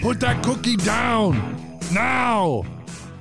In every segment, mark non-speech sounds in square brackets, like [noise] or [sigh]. Put that cookie down now.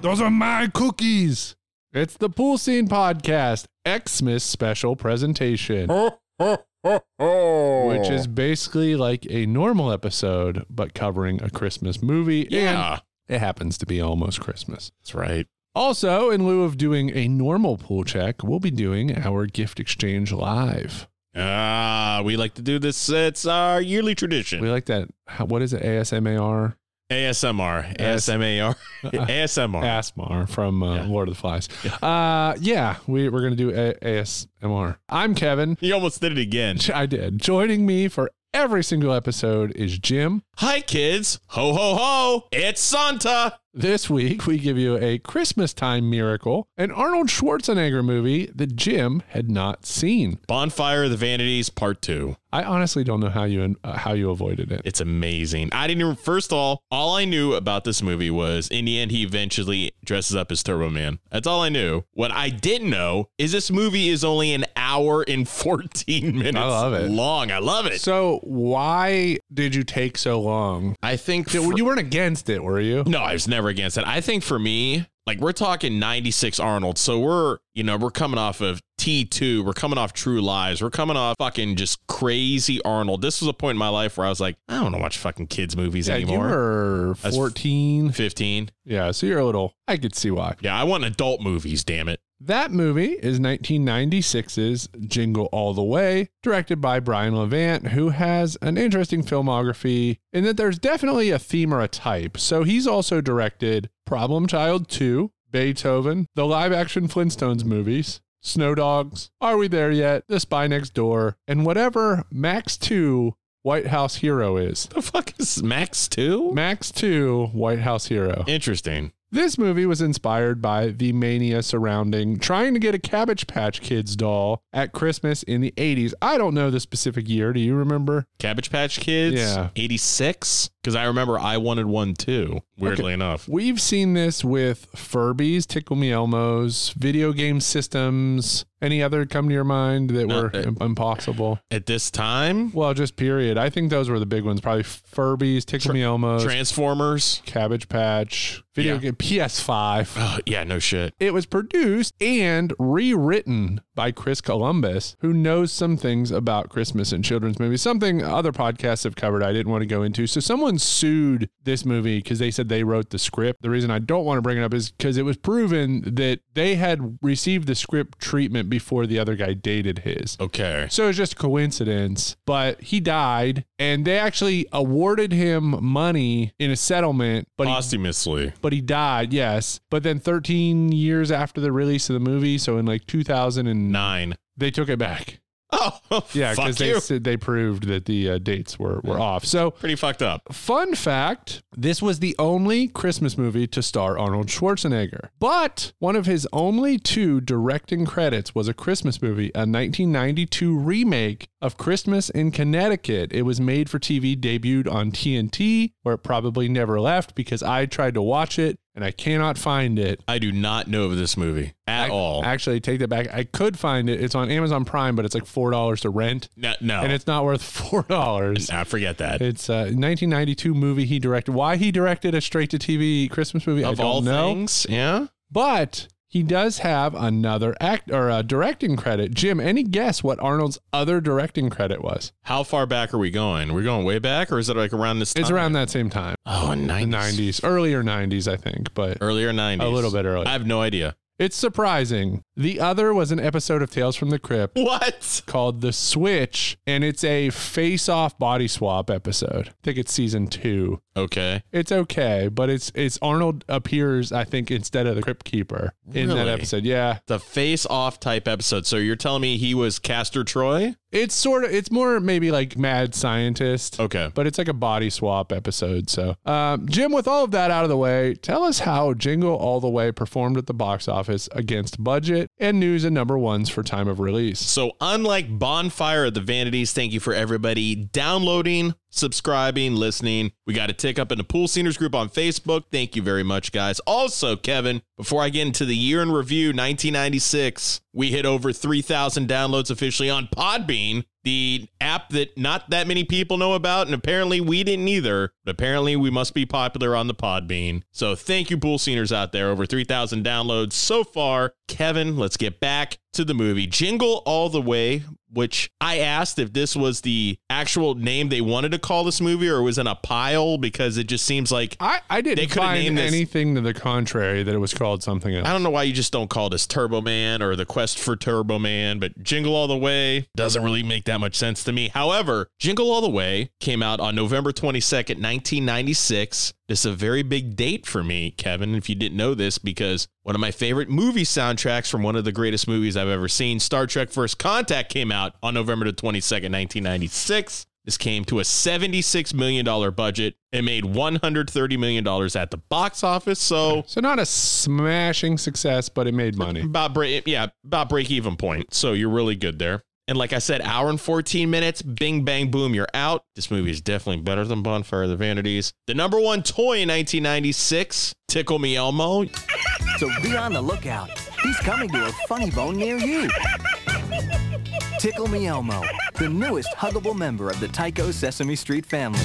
Those are my cookies. It's the Pool Scene Podcast Xmas special presentation, Oh. which is basically like a normal episode, but covering a Christmas movie. Yeah. And it happens to be almost Christmas. That's right. Also, in lieu of doing a normal pool check, we'll be doing our gift exchange live. Ah, we like to do this. It's our yearly tradition. We like that. how- What is it? ASMAR? ASMR, Yes. [laughs] ASMAR, ASMR. ASMAR from uh, Yeah. Lord of the Flies. Uh, yeah, we, we're going to do a- ASMR. I'm Kevin. You almost did it again. I did. Joining me for every single episode is Jim. Hi, kids. Ho, ho, ho. It's Santa. This week, we give you a Christmas time miracle, an Arnold Schwarzenegger movie that Jim had not seen. Bonfire of the Vanities, Part 2. I honestly don't know how you uh, how you avoided it. It's amazing. I didn't even, first of all, all I knew about this movie was in the end, he eventually dresses up as Turbo Man. That's all I knew. What I didn't know is this movie is only an hour and 14 minutes love it. long. I love it. So why did you take so long? I think Yeah, well, You weren't against it, were you? No, I was never against it. I think for me, like we're talking 96 Arnold. So we're, you know, we're coming off of T2. We're coming off True Lies. We're coming off fucking just crazy Arnold. This was a point in my life where I was like, I don't want to watch fucking kids' movies Yeah, you anymore. were That's- 14. 15. Yeah, so you're a little. I could see why. Yeah, I want adult movies, damn it. That movie is 1996's Jingle All the Way, directed by Brian Levant, who has an interesting filmography in that there's definitely a theme or a type. So he's also directed Problem Child 2, Beethoven, the live action Flintstones movies, Snow Dogs, Are We There Yet, The Spy Next Door, and whatever Max 2 White House Hero is. The fuck is Max 2? Max 2 White House Hero. Interesting. This movie was inspired by the mania surrounding trying to get a Cabbage Patch Kids doll at Christmas in the 80s. I don't know the specific year. Do you remember? Cabbage Patch Kids? Yeah. 86? Because I remember I wanted one too, weirdly enough. We've seen this with Furbies, Tickle Me Elmos, video game systems. Any other come to your mind that No, were uh, im- impossible? At this time, Well, just period. I think those were the big ones. Probably Furbies, Tickle Tra- Me Elmos, Transformers. Cabbage Patch, video Yeah. game, PS5. Oh, yeah, no shit. It was produced and rewritten by Chris Columbus, who knows some things about Christmas and children's movies, something other podcasts have covered I didn't want to go into. So someone sued this movie because they said they wrote the script. The reason I don't want to bring it up is because it was proven that they had received the script treatment before the other guy dated his. Okay. So it's just a coincidence, but he died and they actually awarded him money in a settlement, but he Posthumously. but he died, yes. But then 13 years after the release of the movie, so in like 2000 and Nine. [laughs] they took it back. Oh, Yeah, fuck because they you. said they proved that the uh, dates were were off. So, Pretty fucked up. fun fact: this was the only Christmas movie to star Arnold Schwarzenegger. But one of his only two directing credits was a Christmas movie, a 1992 remake of Christmas in Connecticut. It was made for TV, debuted on TNT, where it probably never left because I tried to watch it and I cannot find it. I do not know of this movie at all. Actually, take that back. I could find it. It's on Amazon Prime, but it's like four dollars to rent, no, no. and it's not worth [laughs] four dollars. Nah, forget that. It's a 1992 movie he directed. Why he directed a straight to TV Christmas movie, I of don't all know. things, yeah. But he does have another act or a directing credit. Jim, any guess what Arnold's other directing credit was? How far back are we going? We're going way back, or is it like around this? It's time? around that same time, oh the 90s. 90s, earlier 90s, I think, but earlier nineties, a little bit earlier. I have no idea. it's surprising. The other was an episode of Tales from the Crypt. What? called The Switch, and it's a face off body swap episode. I think it's season two. Okay, It's okay, but it's it's Arnold appears, I think, instead of the Crypt Keeper in that Really? episode. Yeah. the face-off type episode. So you're telling me he was Castor Troy? It's sort of it's more maybe like mad scientist. Okay. But it's like a body swap episode. So, um, Jim, with all of that out of the way, tell us how Jingle All the Way performed at the box office against budget and news and number ones for time of release. So, unlike Bonfire of the Vanities, thank you for everybody downloading, subscribing, listening. We got a tick up in the Pool Seniors group on Facebook. Thank you very much, guys. Also, Kevin, before I get into the year in review, 1996, We hit over 3,000 downloads officially on Podbean, the app that not that many people know about. And apparently we didn't either. But apparently we must be popular on the Podbean. So thank you, pool sceners out there. Over 3,000 downloads so far. Kevin, let's get back to the movie. Jingle All the Way, which I asked if this was the actual name they wanted to call this movie or was in a pile because it just seems like I, I They didn't could've find named this- anything to the contrary that it was called something else. I don't know why you just don't call this Turbo Man or the Quest for Turbo Man, but Jingle All the Way doesn't really make that much sense to me. However, Jingle All the Way came out on November 22nd, 1996. This is a very big date for me, Kevin, if you didn't know this, because one of my favorite movie soundtracks from one of the greatest movies I've ever seen, Star Trek First Contact, came out on November the 22nd, 1996. This came to a $76 million budget and made $130 million at the box office. So So not a smashing success, but it made [laughs] money. about break, yeah, about break even point. So you're really good there. And like I said, hour and 14 minutes, bing, bang, boom, you're out. This movie is definitely better than Bonfire of the Vanities. The number one toy in 1996, Tickle Me Elmo. So be on the lookout. He's coming to a funny bone near you. Tickle Me Elmo, the newest huggable member of the Tycho Sesame Street family.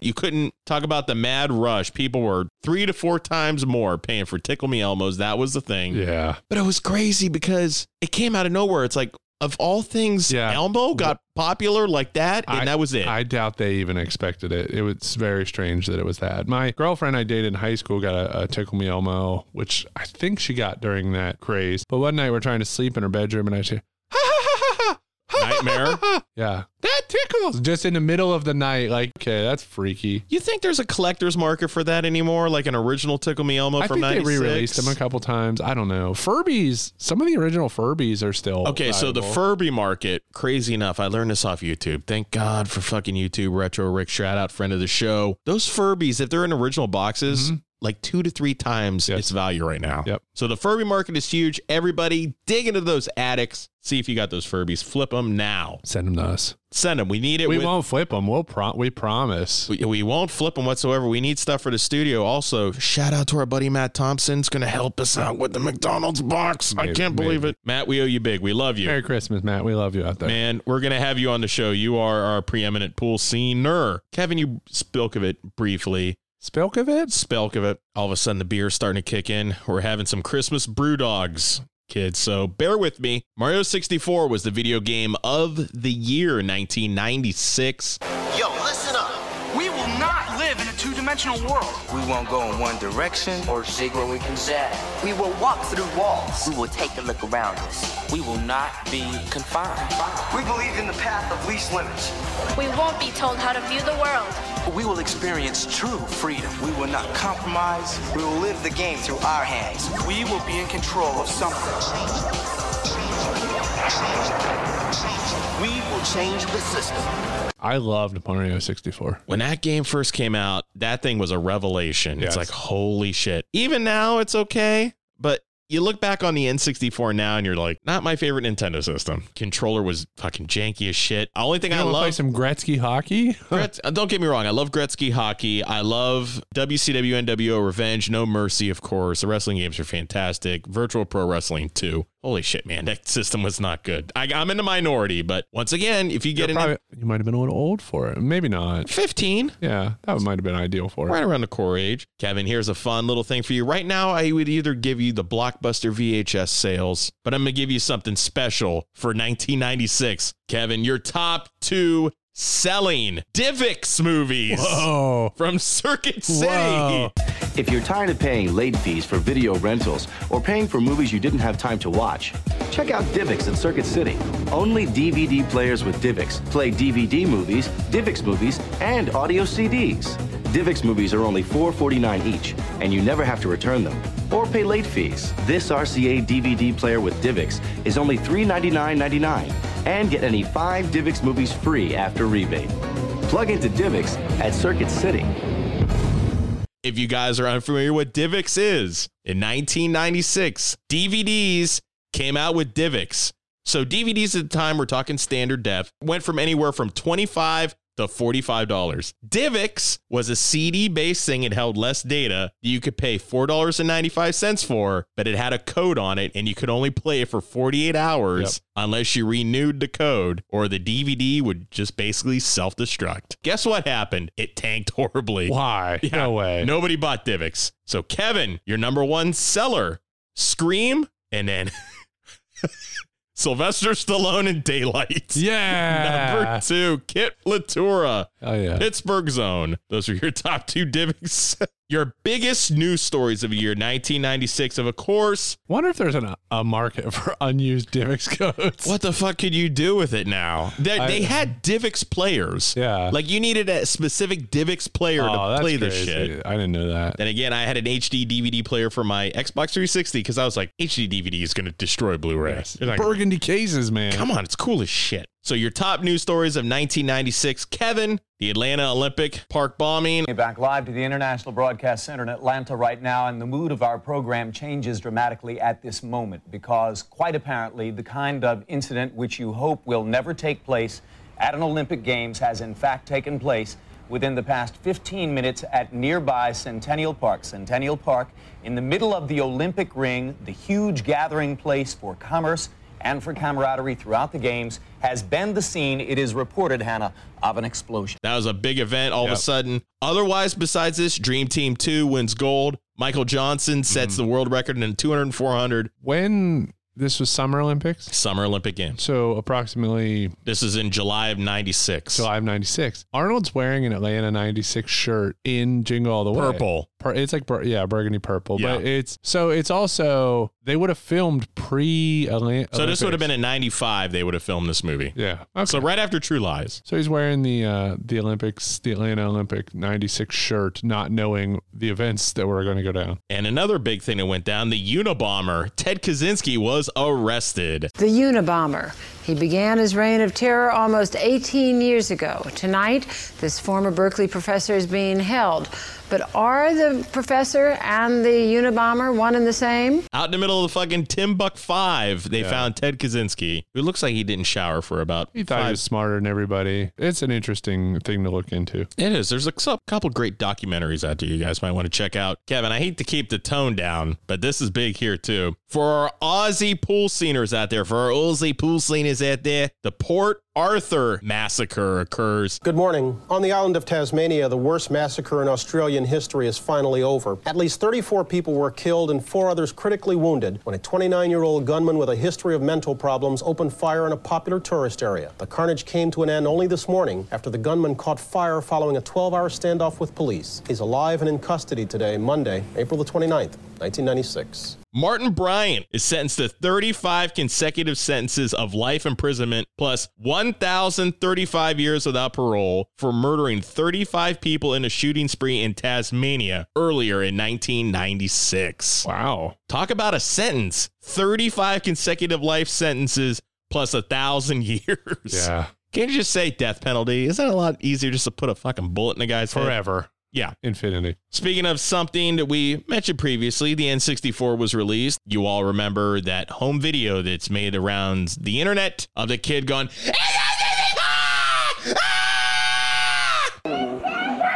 You couldn't talk about the mad rush. People were three to four times more paying for Tickle Me Elmos. That was the thing. Yeah. But it was crazy because it came out of nowhere. It's like, of all things, Yeah. Elmo got popular like that, and I- that was it. I doubt they even expected it. It was very strange that it was that. My girlfriend I dated in high school got a, a Tickle Me Elmo, which I think she got during that craze. But one night we're trying to sleep in her bedroom, and I said, Nightmare. "Yeah, that tickles." Just in the middle of the night, like, okay, that's freaky. You think there's a collector's market for that anymore? Like an original Tickle Me Elmo I from think they 96? re-released them a couple times. I don't know. Furbies. Some of the original Furbies are still Okay, so the valuable. Furby market, crazy enough, I learned this off YouTube. Thank God for fucking YouTube Retro Rick, shout out friend of the show. Those Furbies, if they're in original boxes, like two to three times Mm-hmm. Yes. its value right now. Yep. So the Furby market is huge. Everybody dig into those attics. See if you got those Furbies. Flip them now. send them to us. Send them. We need it. We with- won't flip them. We'll prom. We promise. We, we won't flip them whatsoever. We need stuff for the studio. Also, shout out to our buddy Matt Thompson. It's going to help us out with the McDonald's box. I Maybe- can't believe it. Matt, we owe you big. We love you. Merry Christmas, Matt. We love you out there. Man, we're going to have you on the show. You are our preeminent pool scener. Kevin, you spoke of it briefly. Spilkovitz. Spelk of it. All of a sudden, the beer's starting to kick in. We're having some Christmas brew dogs, kids. So bear with me. Mario 64 was the video game of the year 1996. Yo, listen up. We will not live in a two dimensional world. We won't go in one direction. or zig where we can zag. We will walk through walls. We will take a look around us. We will not be confined. We believe in the path of least limits. We won't be told how to view the world. We will experience true freedom. We will not compromise. We will live the game through our hands. We will be in control of something. We will change the system. I loved Mario 64. when that game first came out, that thing was a revelation. It's Yes. like, holy shit. Even now, it's okay. But you look back on the N64 now and you're like, not my favorite Nintendo system. Controller was fucking janky as shit. The only thing I You want to play [laughs] love. some Gretzky hockey? Gretz- uh, don't get me wrong. I love Gretzky hockey. I love WCW NWO Revenge, No Mercy, of course. The wrestling games are fantastic. Virtual Pro Wrestling too. Holy shit, man! That system was not good. I, I'm in the minority, but once again, if you get in Probably- you might have been a little old for it. Maybe not. 15, Yeah, that might have been ideal for it. right around the core age. Kevin, here's a fun little thing for you. Right now, I would either give you the blockbuster VHS sales, but I'm going to give you something special for 1996. Kevin, your top two selling Divx movies Oh, from Circuit City. Whoa. If you're tired of paying late fees for video rentals or paying for movies you didn't have time to watch, check out Divx in Circuit City. Only DVD players with Divx play DVD movies, Divx movies, and audio CDs. Divx movies are only $4.49 each, and you never have to return them or pay late fees. This RCA DVD player with Divx is only $399.99 and get any five Divx movies free after rebate. Plug into Divx at Circuit City. If you guys are unfamiliar with DivX is, in 1996, DVDs came out with DivX. So DVDs at the time, we're talking standard def, went from anywhere from 25 to $45. DivX was a CD based thing. It held less data that you could pay $4.95 for, but it had a code on it and you could only play it for 48 hours unless you renewed the code or the DVD would just basically self destruct. Guess what happened? It tanked [laughs] horribly. Why? Yeah. No way. Nobody bought Divx. So Kevin, your number one seller, Scream, and then [laughs] Sylvester Stallone in Daylight. Number Yeah. two, Kit Latura, Oh yeah. Pittsburgh Zone. Those are your top two Divx. [laughs] your biggest news stories of the year, 1996, of course. Wonder if there's an, a market for [laughs] unused DivX codes. What the fuck could you do with it now? They, I- they had Divx players. Yeah. Like you needed a specific Divx player Oh, to that's play this crazy. shit. I didn't know that. Then again, I had an HD DVD player for my Xbox 360 because I was like, HD DVD is going to destroy Blu-ray. They're not gonna- Burgundy cases, man. Come on, it's cool as shit. So your top news stories of 1996: Kevin, the Atlanta Olympic park bombing. Back live to the International Broadcast Center in Atlanta right now, and the mood of our program changes dramatically at this moment because, quite apparently, the kind of incident which you hope will never take place at an Olympic Games has in fact taken place within the past 15 minutes at nearby Centennial Park. Centennial Park, in the middle of the Olympic Ring, the huge gathering place for commerce and for camaraderie throughout the Games, has been the scene, it is reported, Hannah, of an explosion. That was a big event all of Yep. a sudden. Otherwise, besides this, Dream Team 2 wins gold. Michael Johnson Mhm. sets the world record in 200 and 400 When this was Summer Olympics, Summer Olympic Games. so approximately This is in July of 96. July of 96. Arnold's wearing an Atlanta 96 shirt in Jingle All the Way. Purple. Pur- It's like, bur- yeah, burgundy purple. But Yeah. it's, so it's also, they would have filmed pre Atlanta. So this would have been in 95 they would have filmed this movie. yeah. Okay. So right after True Lies. So he's wearing the uh, the Olympics, the Atlanta Olympic '96 shirt, not knowing the events that were going to go down. And another big thing that went down the Unabomber, Ted Kaczynski, was arrested. The Unabomber. He began his reign of terror almost 18 years ago. Tonight, this former Berkeley professor is being held. But are the professor and the Unabomber one and the same? Out in the middle of the fucking Timbuk 5, they found Ted Kaczynski, who looks like he didn't shower for about He thought five- he was smarter than everybody. It's an interesting thing to look into. It is. There's a cou- couple great documentaries out there you guys might want to check out. Kevin, I hate to keep the tone down, but this is big here too. For our Aussie pool sceners out there, for our Aussie pool sceners out there, the Port Arthur massacre occurs. Good morning. On the island of Tasmania, the worst massacre in Australian history is finally over. At least 34 people were killed and four others critically wounded when a 29 year old gunman with a history of mental problems opened fire in a popular tourist area. The carnage came to an end only this morning after the gunman caught fire following a 12 hour standoff with police. He's alive and in custody today, Monday, April the 29th, 1996. Martin Bryant is sentenced to 35 consecutive sentences of life imprisonment plus 1,035 years without parole for murdering 35 people in a shooting spree in Tasmania earlier in 1996. Wow. Talk about a sentence 35 consecutive life sentences plus a thousand [laughs] years. Yeah. Can't you just say death penalty? Isn't it a lot easier just to put a fucking bullet in the guy's head? Forever. Yeah. Infinity. Speaking of something that we mentioned previously, the N64 was released. You all remember that home video that's made around the internet of the kid going, "N64! Ah!"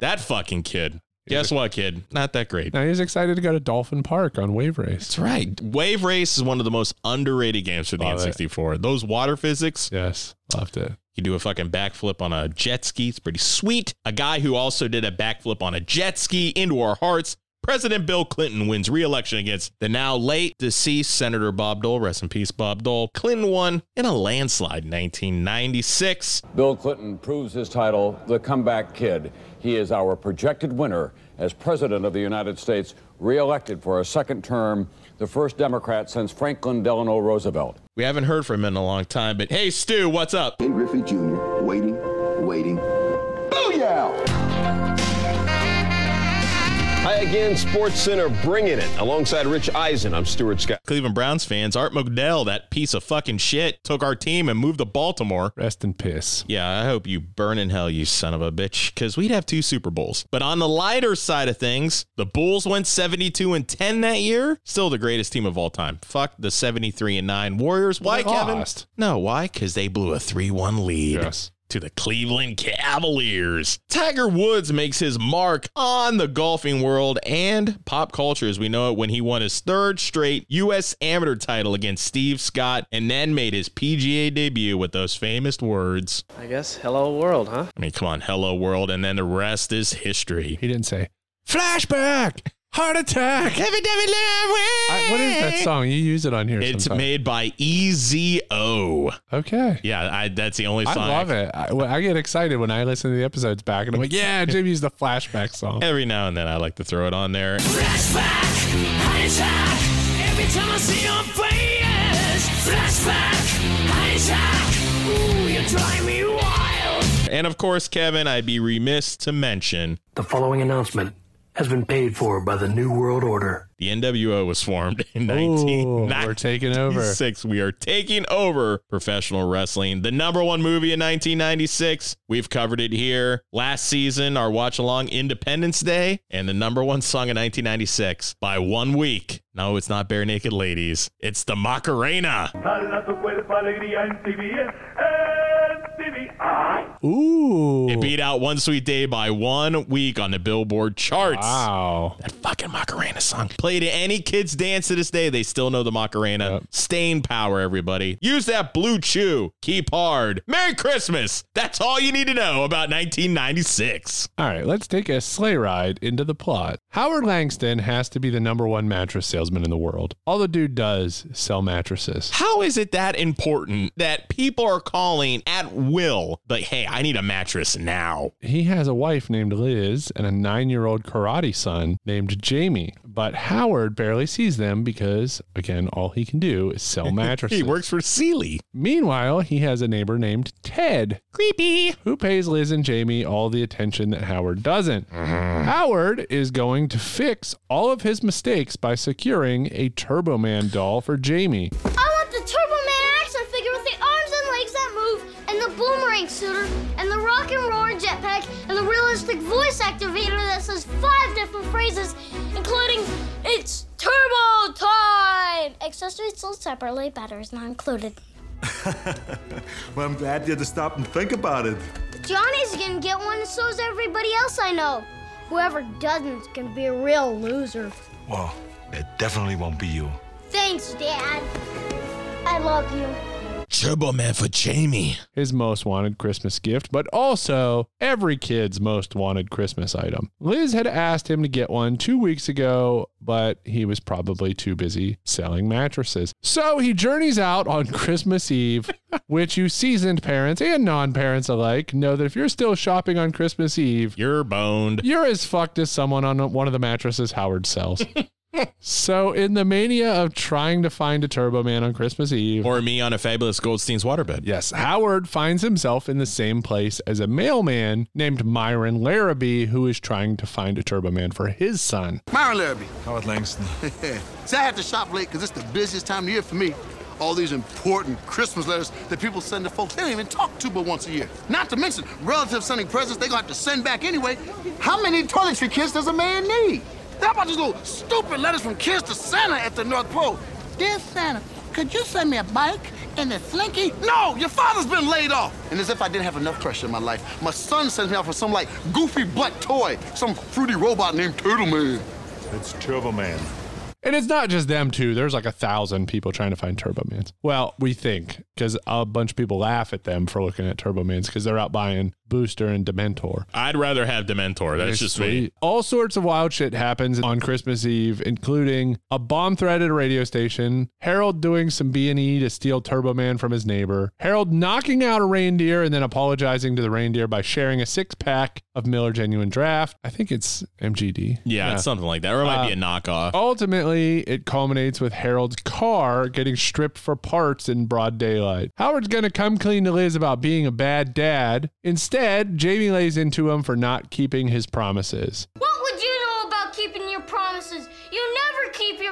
That fucking kid. Guess what, kid? Not that great. Now he's excited to go to Dolphin Park on Wave Race. That's right. Wave Race is one of the most underrated games for the Love it. N64. Those water physics, Yes. Loved it. You do a fucking backflip on a jet ski. It's pretty sweet. A guy who also did a backflip on a jet ski into our hearts. President Bill Clinton wins re-election against the now late deceased Senator Bob Dole. Rest in peace, Bob Dole. Clinton won in a landslide in 1996. Bill Clinton proves his title, The Comeback Kid. He is our projected winner as President of the United States, reelected for a second term, the first Democrat since Franklin Delano Roosevelt. We haven't heard from him in a long time, but hey, Stu, what's up? Ken Griffey Jr., waiting, waiting. Booyah! Hi again, Sports Center bringing it. Alongside Rich Eisen, I'm Stuart Scott. Cleveland Browns fans, Art McDell, that piece of fucking shit, took our team and moved to Baltimore. Rest in piss. Yeah, I hope you burn in hell, you son of a bitch, because we'd have two Super Bowls. But on the lighter side of things, the Bulls went 72 and 10 that year. Still the greatest team of all time. Fuck the 73 and 9 Warriors. Why, They Kevin? lost. No, why? Because they blew a 3 1 lead. Yes. To the Cleveland Cavaliers. Tiger Woods makes his mark on the golfing world and pop culture as we know it when he won his third straight U.S. amateur title against Steve Scott and then made his PGA debut with those famous words. I guess hello world, huh? I mean, come on, hello world, and then the rest is history. He didn't say flashback, heart attack. I- what is that song? You use it on here. It's sometime. made by E EZO. Okay. Yeah, I, that's the only I song. love it. I, well, I get excited when I listen to the episodes back, and I'm like, "Yeah, Jim used the flashback song." Every now and then, I like to throw it on there. Flashback, heart attack. Every time I see your face, flashback, heart attack. Ooh, you drive me wild. And of course, Kevin, I'd be remiss to mention The following announcement has been paid for by the New World Order. the NWO was formed in 1996. we're taking over. We are taking over professional wrestling. The number one movie in 1996. We've covered it here last season, our watch along Independence Day, and the number one song in 1996 by one week. No, it's not Bare Naked Ladies. It's the Macarena. Dala tu cuerpo alegría en TV, en TV. Ooh. It beat out One Sweet Day by one week on the Billboard charts. Wow. That fucking Macarena song. Play to any kids dance to this day. They still know the Macarena. Stain power, everybody. Use that blue chew. Keep hard. Merry Christmas. That's all you need to know about 1996. All right, let's take a sleigh ride into the plot. Howard Langston has to be the number one mattress salesman in the world. All the dude does is sell mattresses. How is it that important that people are calling at will, like, hey, I need a mattress now? He has a wife named Liz and a nine year old karate son named Jamie, but Howard barely sees them because, again, all he can do is [laughs] sell mattresses. He works for Sealy. Meanwhile, he has a neighbor named Ted. Creepy. Who pays Liz and Jamie all the attention that Howard doesn't. Howard is going to fix all of his mistakes by securing a Turbo Man doll for Jamie. I want the Turbo Man action figure with the arms and legs that move, and the boomerang suitor, and the rock and roller jetpack, and the realistic voice activator that says five different phrases, including "It's Turbo Time." Accessories sold separately. Batteries not included. Well, I'm glad you had to stop and think about it. Johnny's gonna get one, and so's everybody else I know. Whoever doesn't can be a real loser. Well, it definitely won't be you. Thanks, Dad. I love you. Turbo Man for Jamie. His most wanted Christmas gift, but also every kid's most wanted Christmas item. Liz had asked him to get one two weeks ago, but he was probably too busy selling mattresses. So he journeys out on [laughs] Christmas Eve, which you seasoned parents and non parents alike know that if you're still shopping on Christmas Eve, you're boned. You're as fucked as someone on one of the mattresses Howard sells. so, in the mania of trying to find a Turbo Man on Christmas Eve, Or me on a fabulous Goldstein's waterbed. Yes, Howard finds himself in the same place as a mailman named Myron Larrabee, who is trying to find a Turbo Man for his son. Myron Larrabee. Howard Langston. [laughs] See, I have to shop late because it's the busiest time of year for me. All these important Christmas letters that people send to folks they don't even talk to but once a year. Not to mention relatives sending presents they're gonna have to send back anyway. How many toiletry kits does a man need? How about these little stupid letters from kids to Santa at the North Pole? Dear Santa, could you send me a bike and a slinky? No, your father's been laid off. And as if I didn't have enough pressure in my life, my son sends me out for some like goofy butt toy, some fruity robot named Turtle Man. It's Turbo Man. And it's not just them two. There's like a thousand people trying to find Turbo Mans. Well, we think because a bunch of people laugh at them for looking at Turbo Mans because they're out buying Booster and Dementor. I'd rather have Dementor. That's just me. All sorts of wild shit happens on Christmas Eve, including a bomb threat at a radio station, Harold doing some B&E to steal Turbo Man from his neighbor, Harold knocking out a reindeer and then apologizing to the reindeer by sharing a six-pack of Miller Genuine Draft. I think it's MGD. Yeah, it's something like that. Or it might Uh, be a knockoff. Ultimately, it culminates with Harold's car getting stripped for parts in broad daylight. Howard's going to come clean to Liz about being a bad dad. Instead, Jamie lays into him for not keeping his promises. What would you know about keeping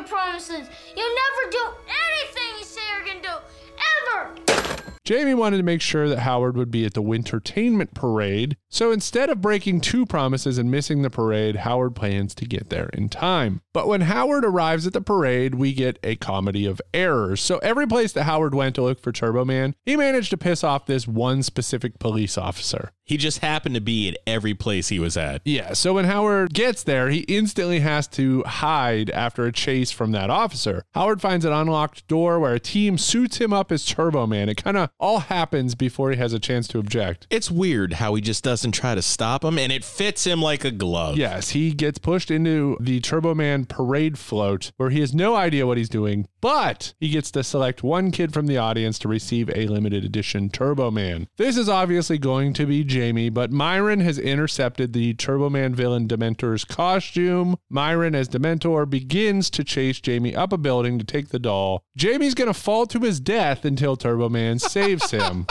promises. You never do anything you say you're gonna do, ever. Jamie wanted to make sure that Howard would be at the Wintertainment Parade, so instead of breaking two promises and missing the parade, Howard plans to get there in time. But when Howard arrives at the parade, we get a comedy of errors. So every place that Howard went to look for Turbo Man, he managed to piss off this one specific police officer. He just happened to be at every place he was at. Yeah, so when Howard gets there, he instantly has to hide after a chase from that officer. Howard finds an unlocked door where a team suits him up as Turbo Man. It kind of all happens before he has a chance to object. It's weird how he just doesn't try to stop him, and it fits him like a glove. Yes, he gets pushed into the Turbo Man parade float where he has no idea what he's doing, but he gets to select one kid from the audience to receive a limited edition Turbo Man. This is obviously going to be Jamie, but Myron has intercepted the Turbo Man villain Dementor's costume. Myron, as Dementor, begins to chase Jamie up a building to take the doll. Jamie's going to fall to his death until Turbo Man saves him.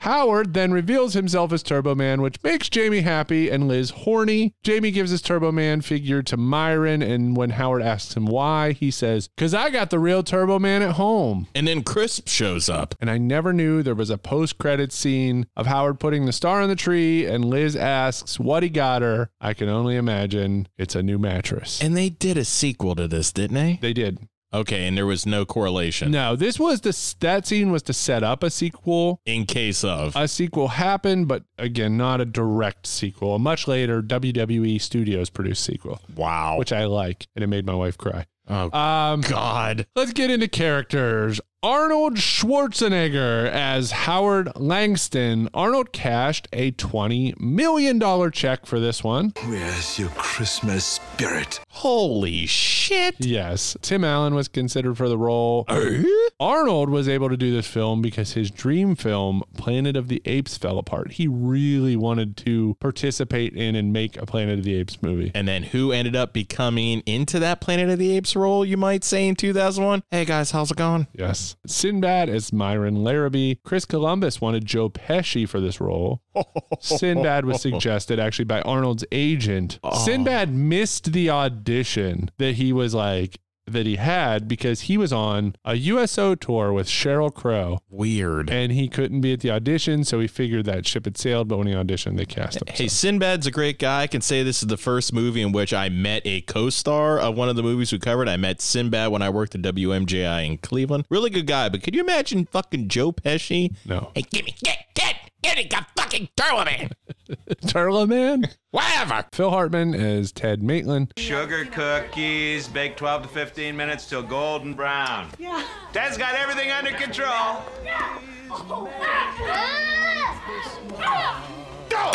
Howard then reveals himself as Turbo Man, which makes Jamie happy and Liz horny. Jamie gives his Turbo Man figure to Myron, and when Howard asks him why, he says, Because I got the real Turbo Man at home. And then Crisp shows up. And I never knew there was a post credit scene of Howard putting the star on the tree, and Liz asks what he got her. I can only imagine it's a new mattress. And they did a sequel to this, didn't they? They did. Okay, and there was no correlation. No, this was the that scene was to set up a sequel. In case of a sequel happened, but again, not a direct sequel. A much later WWE Studios produced sequel. Wow, which I like, and it made my wife cry. Oh um, God! Let's get into characters. Arnold Schwarzenegger as Howard Langston. Arnold cashed a $20 million check for this one. Where's your Christmas spirit? Holy shit. Yes. Tim Allen was considered for the role. Uh? Arnold was able to do this film because his dream film, Planet of the Apes, fell apart. He really wanted to participate in and make a Planet of the Apes movie. And then who ended up becoming into that Planet of the Apes role, you might say, in 2001? Hey guys, how's it going? Yes. Sinbad as Myron Larrabee. Chris Columbus wanted Joe Pesci for this role. Sinbad was suggested actually by Arnold's agent. Oh. Sinbad missed the audition that he was like, that he had because he was on a USO tour with Cheryl Crow. Weird. And he couldn't be at the audition, so he figured that ship had sailed, but when he auditioned, they cast him. Hey, Sinbad's a great guy. I can say this is the first movie in which I met a co star of one of the movies we covered. I met Sinbad when I worked at WMJI in Cleveland. Really good guy, but could you imagine fucking Joe Pesci? No. Hey, give me, get, get, get it, got fucking Turtle Man. [laughs] Turtle Man? Whatever. Phil Hartman as Ted Maitland. Sugar cookies, bake 12 to 15 minutes till golden brown. Yeah. Ted's got everything under control. Yeah. Oh. Ah. Go!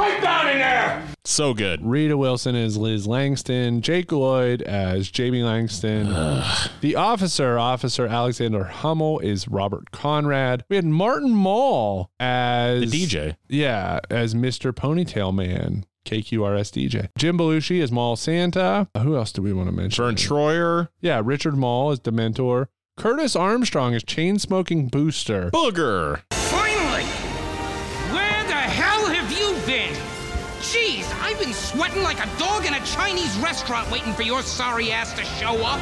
Pipe down in there! So good. Rita Wilson as Liz Langston. Jake Lloyd as Jamie Langston. Ugh. The officer, Officer Alexander Hummel, is Robert Conrad. We had Martin Mall as the DJ. Yeah, as Mr. Ponytail Man. KQRS DJ. Jim Belushi as Mall Santa. Who else do we want to mention? Vern Troyer. Yeah, Richard Mall as Dementor. Curtis Armstrong as chain smoking booster. Booger. Finally! Where the hell have you been? Jeez, I've been sweating like a dog in a Chinese restaurant waiting for your sorry ass to show up.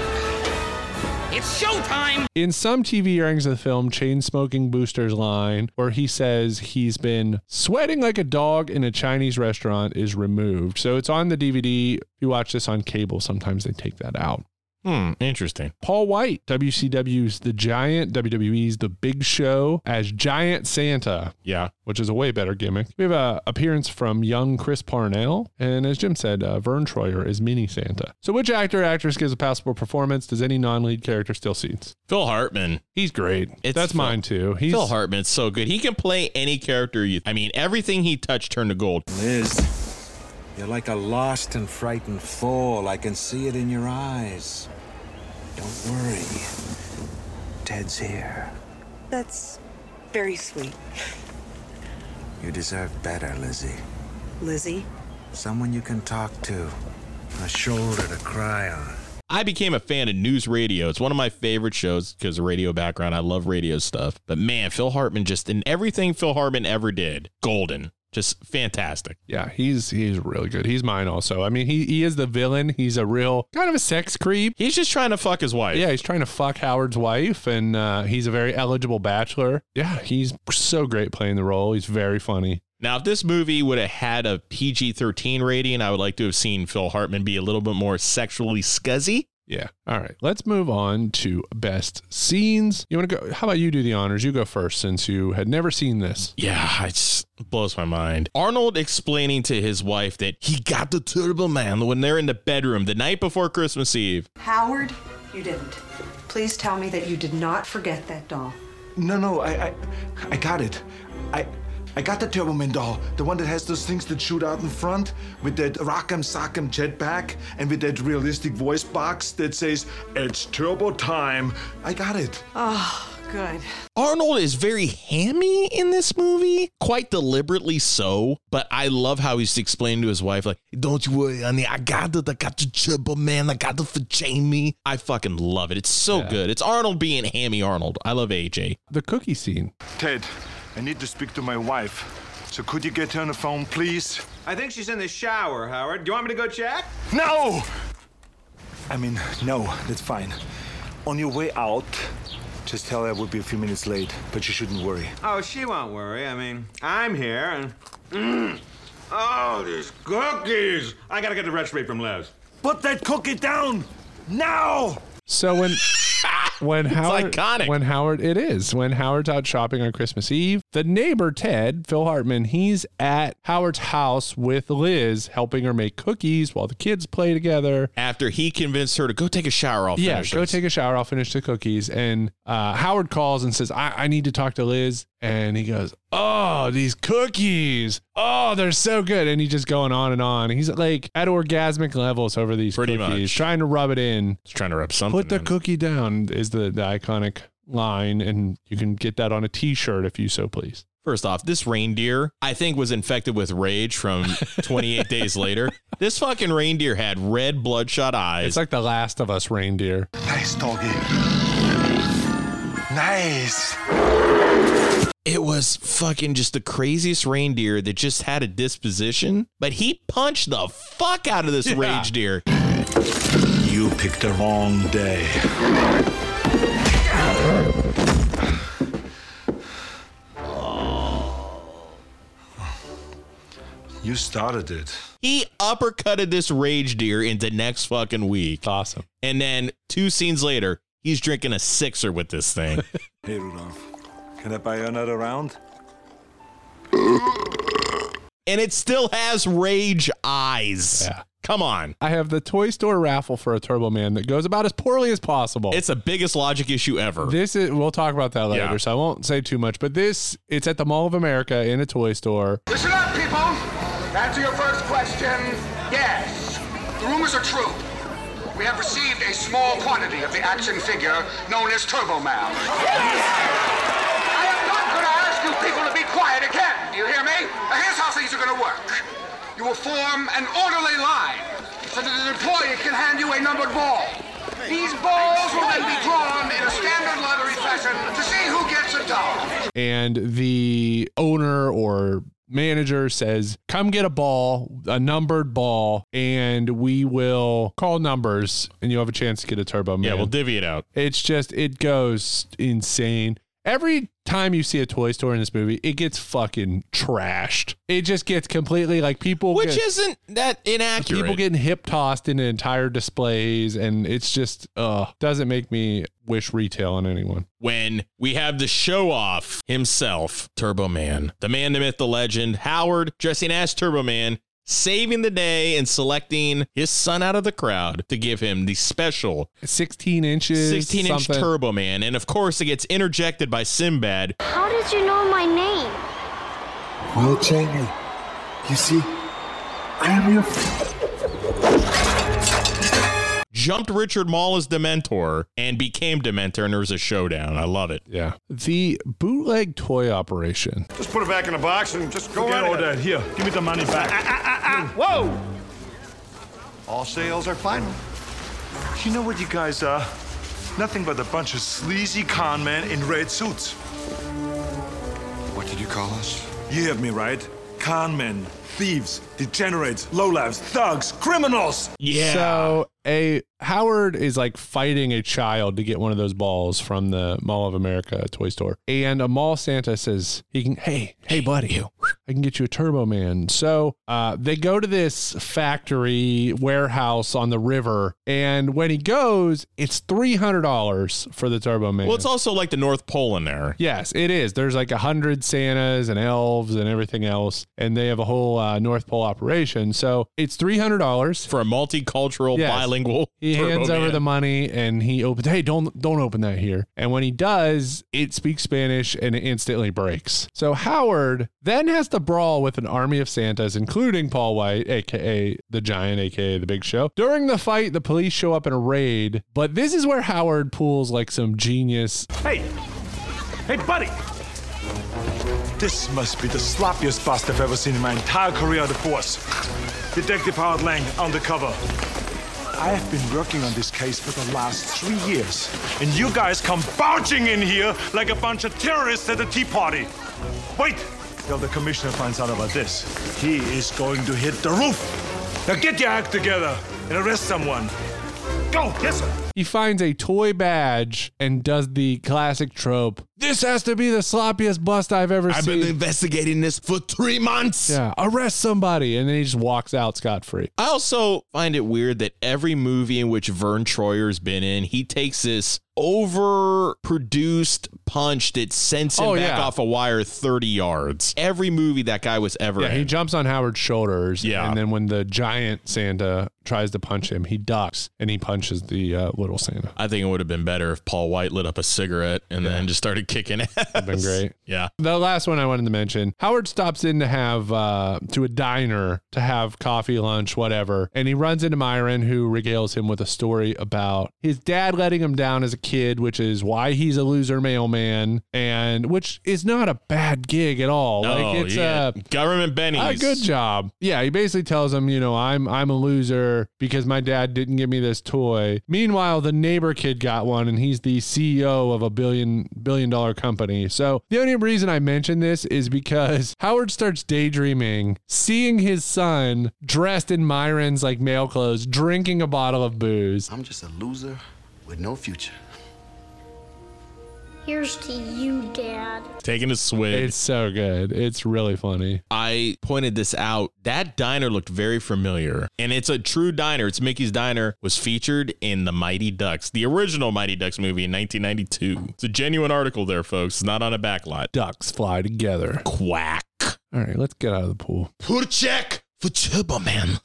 Well, it's showtime. In some TV airings of the film, Chain Smoking Booster's line, where he says he's been sweating like a dog in a Chinese restaurant, is removed. So it's on the DVD. If you watch this on cable, sometimes they take that out. Hmm, interesting. Paul White, WCW's The Giant, WWE's The Big Show, as Giant Santa. Yeah. Which is a way better gimmick. We have a appearance from young Chris Parnell. And as Jim said, uh, Vern Troyer is Mini Santa. So, which actor actress gives a passable performance? Does any non lead character steal seats? Phil Hartman. He's great. It's That's Phil, mine too. He's, Phil Hartman's so good. He can play any character you. I mean, everything he touched turned to gold. Liz. You're like a lost and frightened foal. I can see it in your eyes. Don't worry. Ted's here. That's very sweet. You deserve better, Lizzie. Lizzie? Someone you can talk to, a shoulder to cry on. I became a fan of news radio. It's one of my favorite shows because of radio background. I love radio stuff. But man, Phil Hartman just in everything Phil Hartman ever did, golden. Just fantastic. Yeah, he's he's really good. He's mine also. I mean, he he is the villain. He's a real kind of a sex creep. He's just trying to fuck his wife. Yeah, he's trying to fuck Howard's wife, and uh, he's a very eligible bachelor. Yeah, he's so great playing the role. He's very funny. Now, if this movie would have had a PG 13 rating, I would like to have seen Phil Hartman be a little bit more sexually scuzzy. Yeah. All right. Let's move on to best scenes. You want to go? How about you do the honors? You go first since you had never seen this. Yeah, it just blows my mind. Arnold explaining to his wife that he got the Turbo Man when they're in the bedroom the night before Christmas Eve. Howard, you didn't. Please tell me that you did not forget that doll. No, no, I, I, I got it. I, I got the Turbo Man doll, the one that has those things that shoot out in front, with that Rock'em Sock'em jetpack, and with that realistic voice box that says, It's turbo time. I got it. Oh, good. Arnold is very hammy in this movie, quite deliberately so, but I love how he's explaining to his wife, like, Don't you worry, honey, I got it, I got the Turbo Man, I got it for Jamie. I fucking love it. It's so Yeah. good. It's Arnold being hammy Arnold. I love AJ. The cookie scene. Ted, I need to speak to my wife. So could you get her on the phone, please? I think she's in the shower, Howard. Do you want me to go check? No! I mean, no, that's fine. On your way out, just tell her we'll be a few minutes late, but you shouldn't worry. Oh, she won't worry. I mean, I'm here and. Mm. Oh, these cookies! I gotta get the recipe from Les. Put that cookie down! Now! So [laughs] when when Howard iconic. when Howard it is when Howard's out shopping on Christmas Eve, the neighbor Ted Phil Hartman he's at Howard's house with Liz helping her make cookies while the kids play together. After he convinced her to go take a shower, I'll Yeah, finish go this. take a shower. I'll finish the cookies. And uh, Howard calls and says, I, I need to talk to Liz. And he goes, Oh, these cookies. Oh, they're so good. And he's just going on and on. He's like at orgasmic levels over these Pretty cookies, much. trying to rub it in. Just trying to rub something. Put the in. cookie down is the, the iconic line. And you can get that on a t shirt if you so please. First off, this reindeer, I think, was infected with rage from [laughs] 28 days later. This fucking reindeer had red bloodshot eyes. It's like the Last of Us reindeer. Nice, doggy. er. Nice. it was fucking just the craziest reindeer that just had a disposition, but he punched the fuck out of this Yeah. rage deer. You picked the wrong day. You started it. He uppercutted this rage deer into next fucking week. Awesome. And then two scenes later, he's drinking a sixer with [laughs] this thing. Hey, Rudolph. Can I buy you another round? and it still has rage eyes. Yeah. Come on. I have the toy store raffle for a Turbo Man that goes about as poorly as possible. It's the biggest logic issue ever. This is we'll talk about that later, Yeah. so I won't say too much. But this it's at the Mall of America in a toy store. Listen up, people. Answer your first question. Yes. The rumors are true. We have received a small quantity of the action figure known as Turbo Man. I am not going to ask you people to be quiet again. Do you hear me? Now, here's how things are going to work. You will form an orderly line so that an employee can hand you a numbered ball. These balls will then be drawn in a standard lottery fashion to see who gets a dollar. And the owner or manager says, Come get a ball, a numbered ball, and we will call numbers and you'll have a chance to get a turbo man. yeah, we'll divvy it out. it's just it goes insane. Every time you see a toy store in this movie, it gets fucking trashed. It just gets completely like people Which get- isn't that inaccurate. people getting hip tossed into entire displays and it's just uh doesn't make me wish retail on anyone when we have the show off himself, Turbo Man, the man, the myth, the legend, Howard, dressing as Turbo Man, saving the day and selecting his son out of the crowd to give him the special 16 inches 16 inch something. Turbo Man. And of course, it gets interjected by Sinbad. How did you know my name? Well, Jamie, you see, I am your Jumped Richard Mall as Dementor and became Dementor, and there was a showdown. I love it. yeah the bootleg toy operation Just put it back in the box and just go Forget in. all that. Here, Ah, give me the money back. Whoa! All sales are final. You know what you guys are? Nothing but a bunch of sleazy con men in red suits. What did you call us? You heard me right. con men, thieves, degenerates, lowlives, thugs, criminals. So a Howard is like fighting a child to get one of those balls from the Mall of America toy store. And a mall Santa says he can hey, hey buddy, I can get you a Turbo Man. So uh, they go to this factory warehouse on the river, and when he goes, it's three hundred dollars for the Turbo Man. Well, it's also like the North Pole in there. Yes, it is. There's like a hundred Santas and elves and everything else, and they have a whole uh, North Pole operation. So it's three hundred dollars for a multicultural, Yes. bilingual. He Turbo hands over Man. the money and he opens. Hey, don't don't open that here. And when he does, it speaks Spanish and it instantly breaks. So Howard then has to brawl with an army of Santas, including Paul White, aka the Giant, aka the Big Show. During the fight, the police show up in a raid. But this is where Howard pulls like some genius. Hey! Hey, buddy! This must be the sloppiest bust I've ever seen in my entire career on the force. Detective Howard Lang, undercover. I have been working on this case for the last three years, and you guys come bouncing in here like a bunch of terrorists at a tea party. Wait till the commissioner finds out about this. He is going to hit the roof. Now get your act together and arrest someone. Go, yes, sir. He finds a toy badge and does the classic trope. This has to be the sloppiest bust I've ever I've seen. been investigating this for three months. yeah, arrest somebody, and then he just walks out scot free. I also find it weird that every movie in which Vern Troyer's been in, he takes this overproduced punch that sends him Oh, back yeah. off a wire 30 yards. Every movie that guy was ever Yeah, in. he jumps on Howard's shoulders. Yeah. And then when the giant Santa tries to punch him, he ducks and he punches the uh, little Santa. I think it would have been better if Paul White lit up a cigarette and then just started kicking ass. Been great. Yeah. The last one I wanted to mention Howard stops in to have, uh, to a diner to have coffee, lunch, whatever. And he runs into Myron, who regales him with a story about his dad letting him down as a kid, which is why he's a loser mailman, and which is not a bad gig at all. like, it's uh, Oh, government Benny's. Ah, good job. Yeah, he basically tells him, you know, I'm I'm a loser because my dad didn't give me this toy. Meanwhile, the neighbor kid got one, and he's the CEO of a billion billion dollar company. So the only reason I mention this is because [laughs] Howard starts daydreaming, seeing his son dressed in Myron's like male clothes, drinking a bottle of booze. I'm just a loser with no future. Here's to you, Dad. Taking a swig. It's so good. It's really funny. I pointed this out. That diner looked very familiar, and it's a true diner. It's Mickey's Diner was featured in the Mighty Ducks, the original Mighty Ducks movie in 1992. It's a genuine article there, folks. It's not on a backlot. Ducks fly together. Quack. All right, let's get out of the pool. Put check for Turbo Man.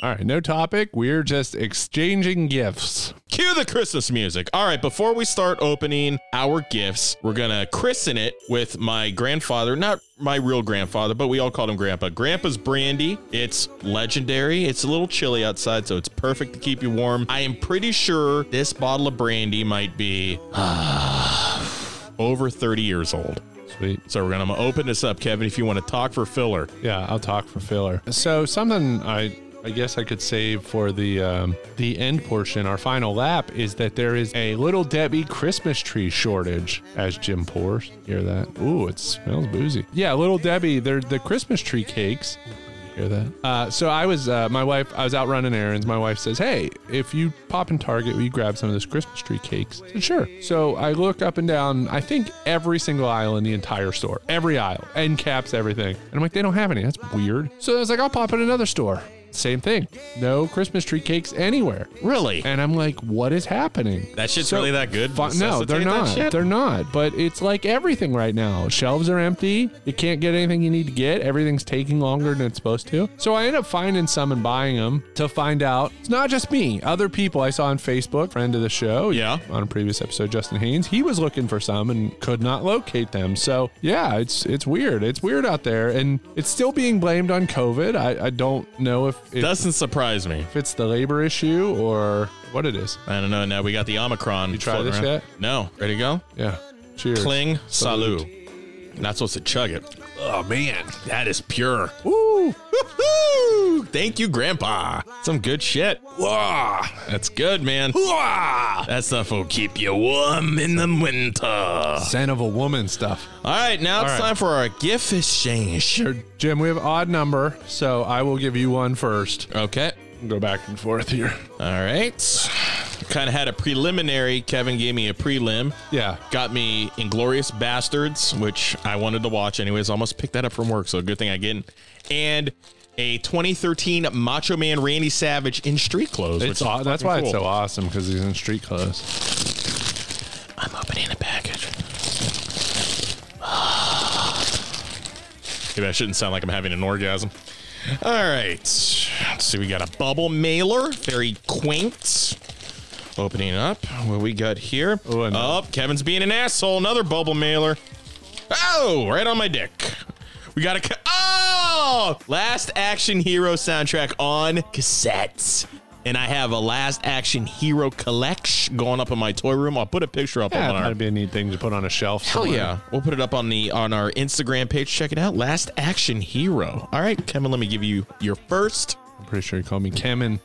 All right, no topic. We're just exchanging gifts. Cue the Christmas music. All right, before we start opening our gifts, we're going to christen it with my grandfather, not my real grandfather, but we all called him Grandpa. Grandpa's brandy. It's legendary. It's a little chilly outside, so it's perfect to keep you warm. I am pretty sure this bottle of brandy might be [sighs] over 30 years old. Sweet. So we're going to open this up, Kevin, if you want to talk for filler. Yeah, I'll talk for filler. So something I I guess I could save for the um, the end portion, our final lap, is that there is a little Debbie Christmas tree shortage. As Jim pours, hear that? Ooh, it smells boozy. Yeah, little Debbie, they're the Christmas tree cakes. Hear that? Uh, so I was, uh, my wife, I was out running errands. My wife says, Hey, if you pop in Target, will you grab some of those Christmas tree cakes? I said, sure. So I look up and down, I think every single aisle in the entire store, every aisle, end caps, everything. And I'm like, they don't have any. That's weird. So I was like, I'll pop in another store. Same thing. No Christmas tree cakes anywhere. [laughs] Really? And I'm like, what is happening? That shit's really that good? Fu- no, they're Necessitate that not. shit? They're not. But it's like everything right now. Shelves are empty. You can't get anything you need to get. Everything's taking longer than it's supposed to. So I end up finding some and buying them to find out it's not just me. Other people I saw on Facebook, friend of the show, Yeah. on a previous episode, Justin Haynes, he was looking for some and could not locate them. So yeah, it's it's weird. It's weird out there, and it's still being blamed on COVID. I, I don't know if it, Doesn't surprise me. if it's the labor issue or what it is. I don't know. Now we got the Omicron. You tried this yet? No. Ready to go? Yeah. Cheers. Cling salut. Not supposed to chug it. Oh man, that is pure. Woo! Woo-hoo! Thank you, Grandpa. Some good shit. Wah! That's good, man. Wah! That stuff will keep you warm in the winter. Scent of a woman stuff. All right, now it's All right. time for our gift exchange. So, Jim, we have odd number, so I will give you one first. Okay. Go back and forth here. All right. Kind of had a preliminary. Kevin gave me a prelim. Yeah. Got me Inglorious Bastards, which I wanted to watch anyways. Almost picked that up from work, so good thing I didn't. And a 2013 Macho Man Randy Savage in street clothes. which It's is aw- that's fucking why it's cool. so awesome because he's in street clothes. I'm opening the package. [sighs] Maybe I shouldn't sound like I'm having an orgasm. All right. Let's see. We got a bubble mailer. Very quaint. Opening up. What we got here? Oh, Kevin's being an asshole. Another bubble mailer. Oh, right on my dick. We got a. ca- Oh! Last Action Hero soundtrack on cassettes. And I have a Last Action Hero collection going up in my toy room. I'll put a picture up Yeah, on our that'd be a neat thing to put on a shelf. Hell somewhere. yeah. We'll put it up on the on our Instagram page. Check it out. Last Action Hero. All right, Kevin, let me give you your first. I'm pretty sure you called me Kemin.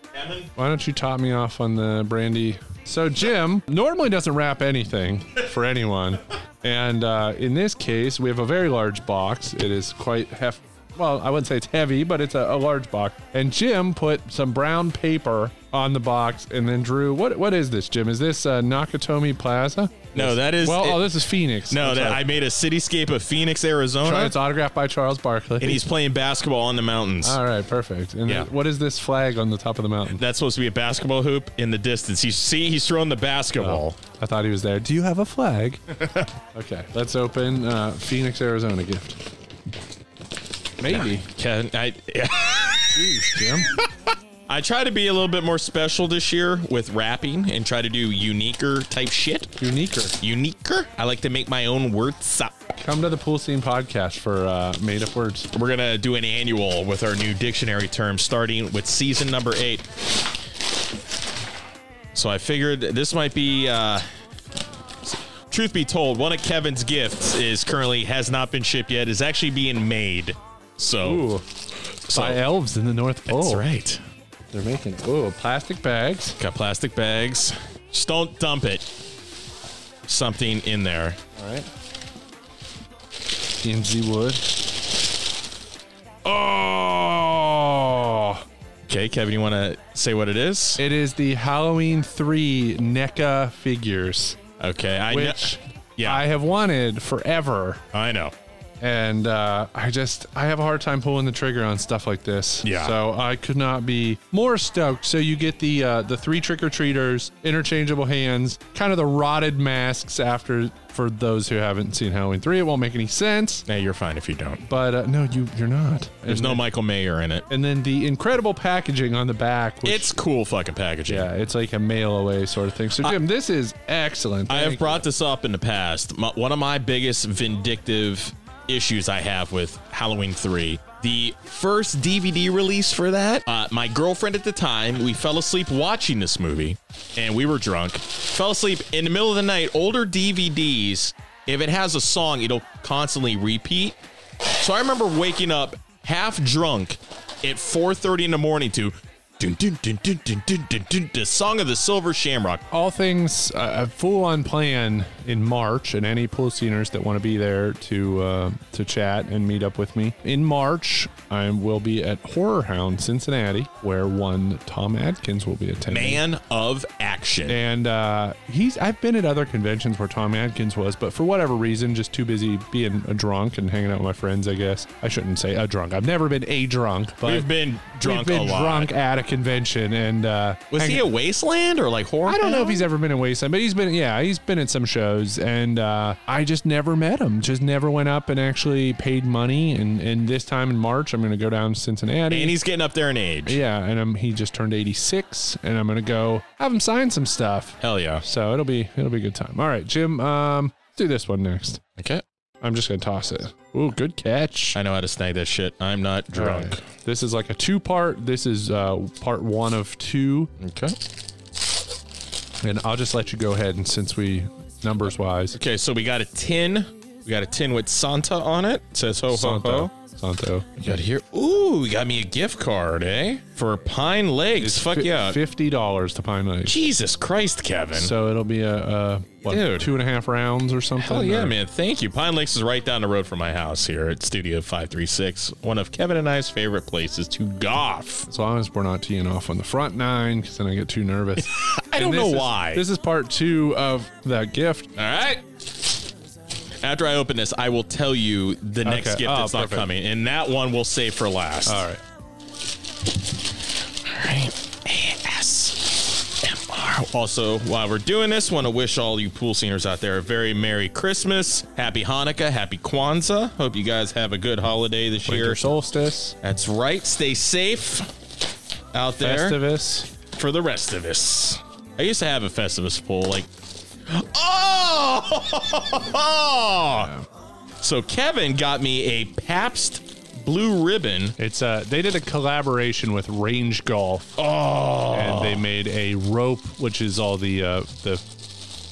Why don't you top me off on the brandy? So Jim normally doesn't wrap anything for anyone, and uh, in this case, we have a very large box. It is quite hef. Well, I wouldn't say it's heavy, but it's a, a large box. And Jim put some brown paper on the box, and then drew what? What is this, Jim? Is this uh, Nakatomi Plaza? No, that is- Well, it- oh, this is Phoenix. No, I'm that sorry. I made a cityscape of Phoenix, Arizona, It's autographed by Charles Barkley. and he's playing basketball on the mountains. All right, perfect. And Yeah. what is this flag on the top of the mountain? That's supposed to be a basketball hoop in the distance. You see, he's throwing the basketball. Oh, I thought he was there. Do you have a [laughs] flag? okay, let's open uh, Phoenix, Arizona gift. Maybe. Kevin, I [laughs] Jeez, Jim. I try to be a little bit more special this year with rapping and try to do uniquer type shit. Uniquer. Uniquer. I like to make my own words up. Come to the Pool Scene Podcast for uh, made up words. We're gonna do an annual with our new dictionary term, starting with season number eight. So I figured this might be. Uh, truth be told, one of Kevin's gifts is currently has not been shipped yet. Is actually being made. So Ooh. By Oh. elves in the North Pole. that's right. They're making, ooh, plastic bags. Got plastic bags. Just don't dump it. Something in there. All right. TMZ wood. Oh! Okay, Kevin, you want to say what it is? It is the Halloween 3 NECA figures, Okay, I know. which Yeah. I have wanted forever. I know. and uh, I just I have a hard time pulling the trigger on stuff like this. Yeah. So I could not be more stoked. So you get the uh, the three trick or treaters, interchangeable hands, kind of the rotted masks after for those who haven't seen Halloween three. It won't make any sense, Hey, you're fine if you don't. but uh, no, you you're not. There's and, no Michael Mayer in it. And then the incredible packaging on the back. Which, It's cool fucking packaging. yeah, it's like a mail away sort of thing. So Jim, this is excellent. I have Thank you. brought this up in the past. My, one of my biggest vindictive issues I have with Halloween 3. The first DVD release for that, uh, my girlfriend at the time, we fell asleep watching this movie and we were drunk. Fell asleep in the middle of the night. Older DVDs, if it has a song, it'll constantly repeat. So I remember waking up half drunk at 4:30 in the morning to dun, dun, dun, dun, dun, dun, dun, dun, the song of the Silver Shamrock. all things uh, a full on plan in March, and any pool sceners that want to be there to uh, to chat and meet up with me in March, I will be at Horror Hound Cincinnati, where one Tom Adkins will be attending. Man of action. And uh, he's I've been at other conventions where Tom Adkins was, but for whatever reason, just too busy being a drunk and hanging out with my friends. I guess I shouldn't say a drunk. I've never been a drunk, but We've been drunk we've a been lot. drunk at a convention. And uh, Was he hanging- a wasteland or like horror? I don't know if town? he's ever been in Wasteland, but he's been yeah, he's been at some shows and uh, I just never met him. Just never went up and actually paid money and, and this time in March I'm gonna go down to Cincinnati. And he's getting up there in age. yeah, and I'm, he just turned 86, and I'm gonna go have him sign some stuff. Hell yeah. So it'll be it'll be a good time. All right, Jim. Um, let's do this one next. Okay. I'm just gonna toss it. Ooh, good catch. I know how to snag that shit. I'm not drunk. All right. This is like a two part. This is uh, part one of two. Okay. And I'll just let you go ahead and since we numbers wise. Okay, so we got a tin We got a tin with Santa on it. it says ho ho ho. Santo. You got here. Ooh, you got me a gift card, eh? For Pine Lakes. Fuck Fi- yeah. Fifty dollars to Pine Lake. Jesus Christ, Kevin. So it'll be a, uh what, Dude. two and a half rounds or something. Hell yeah, or- man. Thank you. Pine Lakes is right down the road from my house here at Studio 536, one of Kevin and I's favorite places to golf. As long as we're not teeing off on the front nine, because then I get too nervous. [laughs] I And don't this know is- why. This is part two of that gift. All right. After I open this, I will tell you the next Okay. gift Oh, that's not perfect. coming, and that one we'll save for last. All right. ASMR. Also, while we're doing this, want to wish all you pool seniors out there a very Merry Christmas, Happy Hanukkah, Happy Kwanzaa. Hope you guys have a good holiday this year. Winter solstice. That's right. Stay safe out there Festivus. for the rest of us. I used to have a Festivus pool. Like, oh! So Kevin got me a Pabst Blue Ribbon. It's uh they did a collaboration with Range Golf. Oh. And they made a rope, which is all the uh the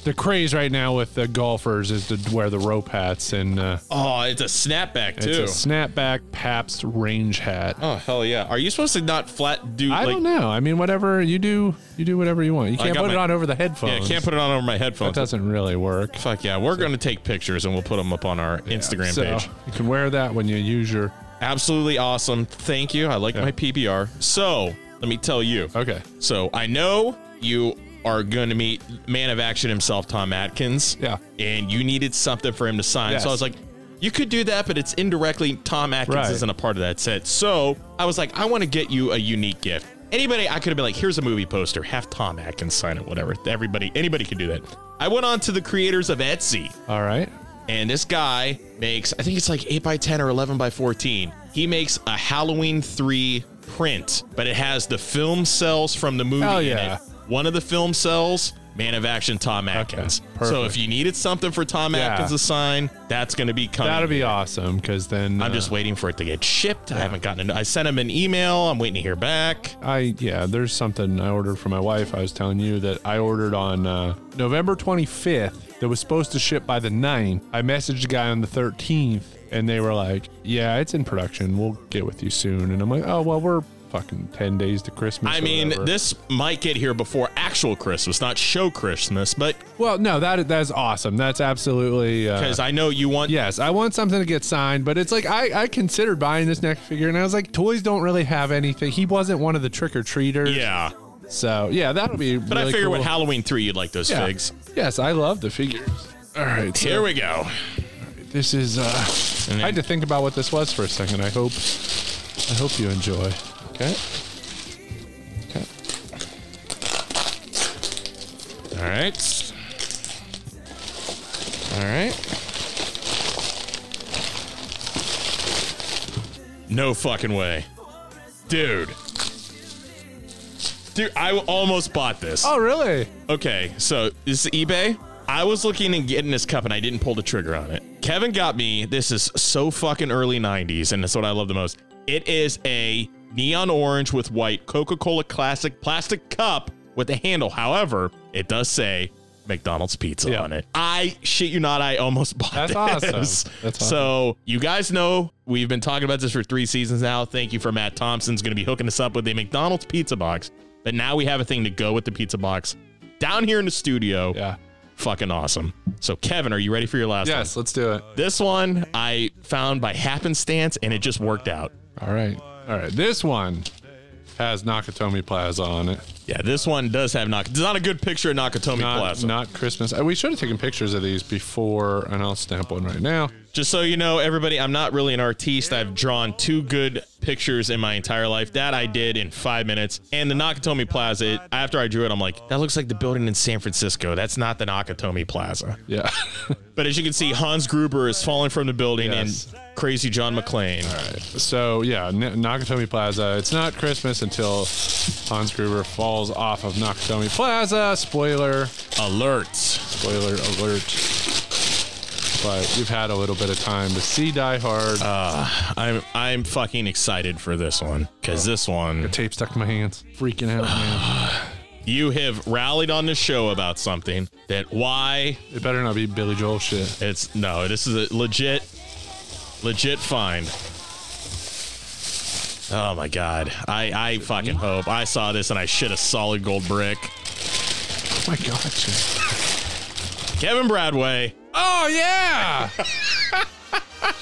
the craze right now with the golfers is to wear the rope hats and uh Oh, it's a snapback it's too. a snapback Pabst range hat. oh hell yeah! Are you supposed to not flat do? I like, don't know. I mean, whatever you do, you do whatever you want. You I can't got put it my- on over the Yeah, headphones. I can't put it on over my That headphones. doesn't really work. Fuck yeah! We're gonna take pictures and we'll put them up on our Instagram So, page. You can wear that when you use your. Absolutely awesome. Thank you. I like my PBR. So let me tell you. Okay. So I know you are going to meet man of action himself, Tom Atkins. Yeah. And you needed something for him to sign. Yes. So I was like, you could do that, but it's indirectly Tom Atkins Right. isn't a part of that set. So I was like, I want to get you a unique gift. Anybody, I could have been like, here's a movie poster, have Tom Atkins sign it, whatever. Everybody, anybody could do that. I went on to the creators of Etsy. All right. And this guy makes, I think it's like 8 by 10 or 11 by 14. He makes a Halloween 3 print, but it has the film cells from the movie Hell in yeah. it. One of the film cells, Man of Action Tom Atkins. so perfect. if you needed something for Tom Yeah. Atkins to sign, that's going to be coming. That'll be awesome because then I'm uh, just waiting for it to get shipped. I haven't gotten it. I sent him an email. I'm waiting to hear back. I yeah, there's something I ordered for my wife. I was telling you that I ordered on uh, November 25th that was supposed to ship by the 9th. I messaged a guy on the 13th and they were like, "Yeah, it's in production. We'll get with you soon." And I'm like, "Oh, well, we're fucking 10 days to Christmas." I or mean, whatever." this might get here before actual Christmas, not show Christmas, but Well, no, that that's awesome. That's absolutely uh, because I know you want Yes, I want something to get signed, but it's like I, I considered buying this next figure, and I was like, toys don't really have anything. He wasn't one of the trick or treaters. Yeah. So yeah, that'll be. But I figure with Halloween 3, you'd like those yeah. figs. Yes, I love the figures. All right, so Here we go. This is. uh I had to think about what this was for a second. I hope. I hope you enjoy. Okay. Okay. All right. All right. No fucking way. Dude. Dude, I almost bought this. Oh really? Okay, so this is eBay. I was looking and getting this cup and I didn't pull the trigger on it. Kevin got me. This is so fucking early 90s, and that's what I love the most. It is a neon orange with white Coca Cola classic plastic cup with a handle. However, it does say McDonald's pizza Yeah. on it. I shit you not, I almost [laughs] bought That's this. awesome. That's So you guys know we've been talking about this for three seasons now. Thank you for Matt Thompson's going to be hooking us up with a McDonald's pizza box. But now we have a thing to go with the pizza box down here in the studio. Yeah. Fucking awesome. So Kevin, are you ready for your last Yes, let's do it. one? This one I found by happenstance and it just worked out. All right. All right. This one has Nakatomi Plaza on it. Yeah, this one does have Nak. It's not a good picture of Nakatomi Not, Plaza. not Christmas. Uh, We should have taken pictures of these before, and I'll snap one right now. Just so you know, everybody, I'm not really an artiste. I've drawn two good pictures in my entire life. That I did in five minutes. And the Nakatomi Plaza, it- after I drew it, I'm like, that looks like the building in San Francisco. That's not the Nakatomi Plaza. Yeah. [laughs] But as you can see, Hans Gruber is falling from the building Yes. and crazy John McClane. So yeah, N- Nakatomi Plaza. It's not Christmas until Hans Gruber falls off of Nakatomi Plaza. Spoiler, Alerts. spoiler alert. But you've had a little bit of time to see Die Hard. I'm I'm fucking excited for this one. Cause this [sighs] one Tape stuck to my hands, freaking out, man. you have rallied on this show about something that why it better not be Billy Joel shit. It's no, this is a legit, legit find. Oh my god, I I fucking hope I saw this and I shit a solid gold brick. Oh my god, Kevin Bradway. Oh yeah.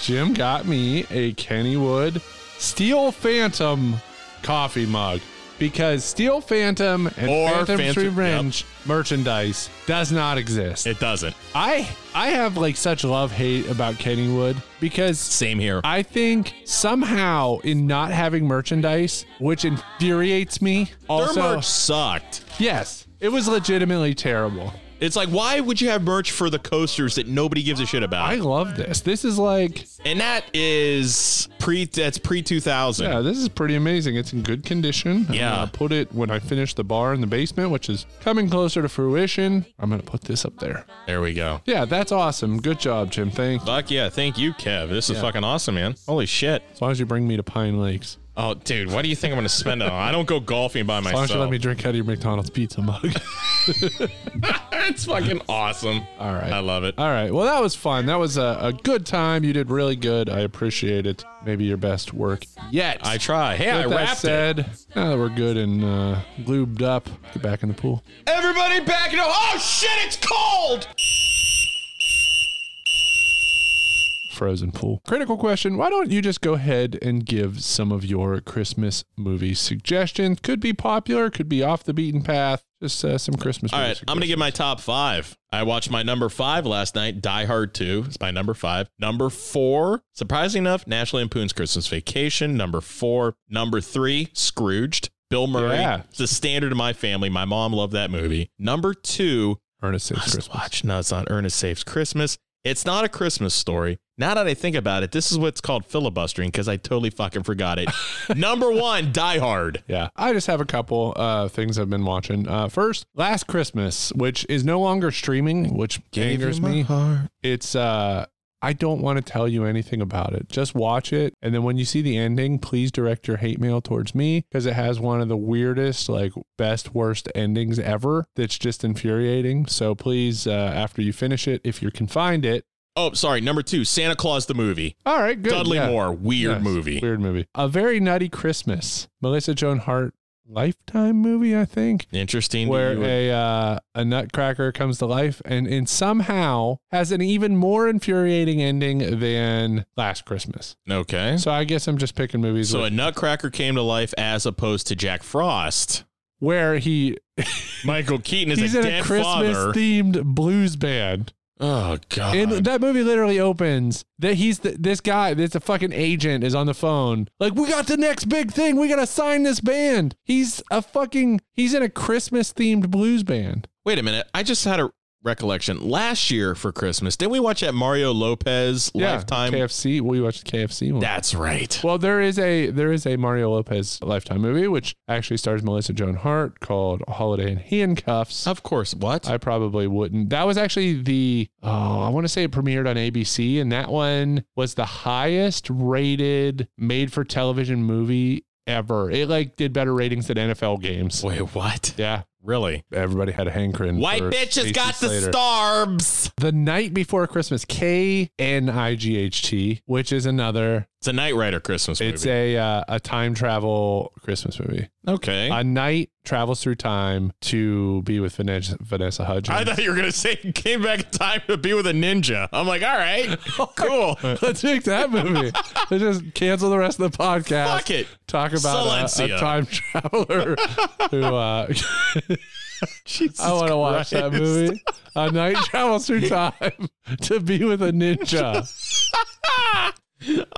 Jim got me a Kennywood Steel Phantom coffee mug because Steel Phantom and Or Phantom's Phantom- Revenge merchandise does not exist. It doesn't. I I have like such love hate about Kennywood because same here. I think somehow in not having merchandise, which infuriates me, also Their merch sucked. yes, it was legitimately terrible. It's like why would you have merch for the coasters that nobody gives a shit about? I love this. This is like and that is pre that's pre 2000. Yeah, this is pretty amazing. It's in good condition. Yeah. I'm gonna put it when I finish the bar in the basement, which is coming closer to fruition. I'm gonna put this up there. There we go. Yeah, that's awesome. Good job, Jim. Thank. you. Fuck yeah, thank you, Kev. This is Yeah. fucking awesome, man. Holy shit. As long as you bring me to Pine Lakes. Oh, dude, what do you think I'm going to spend it on? I don't go golfing by As long myself. as you let me drink out of your McDonald's pizza mug. [laughs] it's fucking awesome. All right. Uh, I love it. All right. Well, that was fun. That was a, a good time. You did really good. I appreciate it. Maybe your best work yet. I try. Hey, I With that wrapped it. said, now that we're good and uh, lubed up, get back in the pool. Everybody back it up. Oh shit, it's cold. Frozen pool. Critical question. Why don't you just go ahead and give some of your Christmas movie suggestions? Could be popular, could be off the beaten path. Just uh, some Christmas. All movie right, I'm going to give my top five. I watched my number five last night, Die Hard 2. It's my number five. Number four, surprisingly enough, National Lampoon's Christmas Vacation. Number four. Number three, Scrooged. Bill Murray. Yeah. It's the standard of my family. My mom loved that movie. Number two, Ernest Saves must Christmas. watch. No, it's not Ernest Saves Christmas. It's not a Christmas story. Now that I think about it, this is what's called filibustering because I totally fucking [laughs] forgot it. Number one, Die Hard. Yeah, I just have a couple uh, things I've been watching. Uh, first, Last Christmas, which is no longer streaming, which Gave you angers my me. heart. It's uh, I don't want to tell you anything about it. Just watch it, and then when you see the ending, please direct your hate mail towards me because it has one of the weirdest, like best worst endings ever. That's just infuriating. So please, uh, after you finish it, if you can find it. Oh, sorry. Number two, Santa Claus the movie. All right, good. Dudley yeah. Moore, weird Yes, movie. Weird movie. A very nutty Christmas. Melissa Joan Hart lifetime movie, I think Interesting. to where you. a uh, a nutcracker comes to life and, and somehow has an even more infuriating ending than last Christmas. okay. So I guess I'm just picking movies So a with- nutcracker came to life as opposed to Jack Frost. where he Michael Keaton is he's a in dead a Christmas father. themed blues band. oh god. And that movie literally opens that he's the, this guy, that's a fucking agent is on the phone. Like, we got the next big thing. We got to sign this band. He's a fucking, he's in a Christmas themed blues band. Wait a minute. I just had a recollection. Last year for Christmas, didn't we watch that Mario Lopez Lifetime? KFC. We watched the KFC one. That's right. [laughs] Well, there is a there is a Mario Lopez Lifetime movie which actually stars Melissa Joan Hart called Holiday in Handcuffs. Of course. What? I probably wouldn't. That was actually the oh, I want to say it premiered on ABC, and that one was the highest rated made for television movie ever. It like did better ratings than NFL games. Wait, what? Yeah, Really? everybody had a hankering. White for bitch has Casey got Slater. the starbs. The night before Christmas, K N I G H T, which is another. It's a Knight Rider Christmas movie. It's a uh, a time travel Christmas movie. okay. I, A knight travels through time to be with Vanessa, Vanessa Hudgens. [laughs] thought you were gonna say [laughs] he came back in time to be with a ninja. I'm like, all [laughs] right, cool. Let's make that [laughs] movie. Let's just cancel the rest of the podcast. Fuck it. Talk about a- a, Silencio. time traveler who [laughs] uh, [laughs] Jesus I want to watch that Christ. movie. A knight travels through time to be with a ninja. [laughs]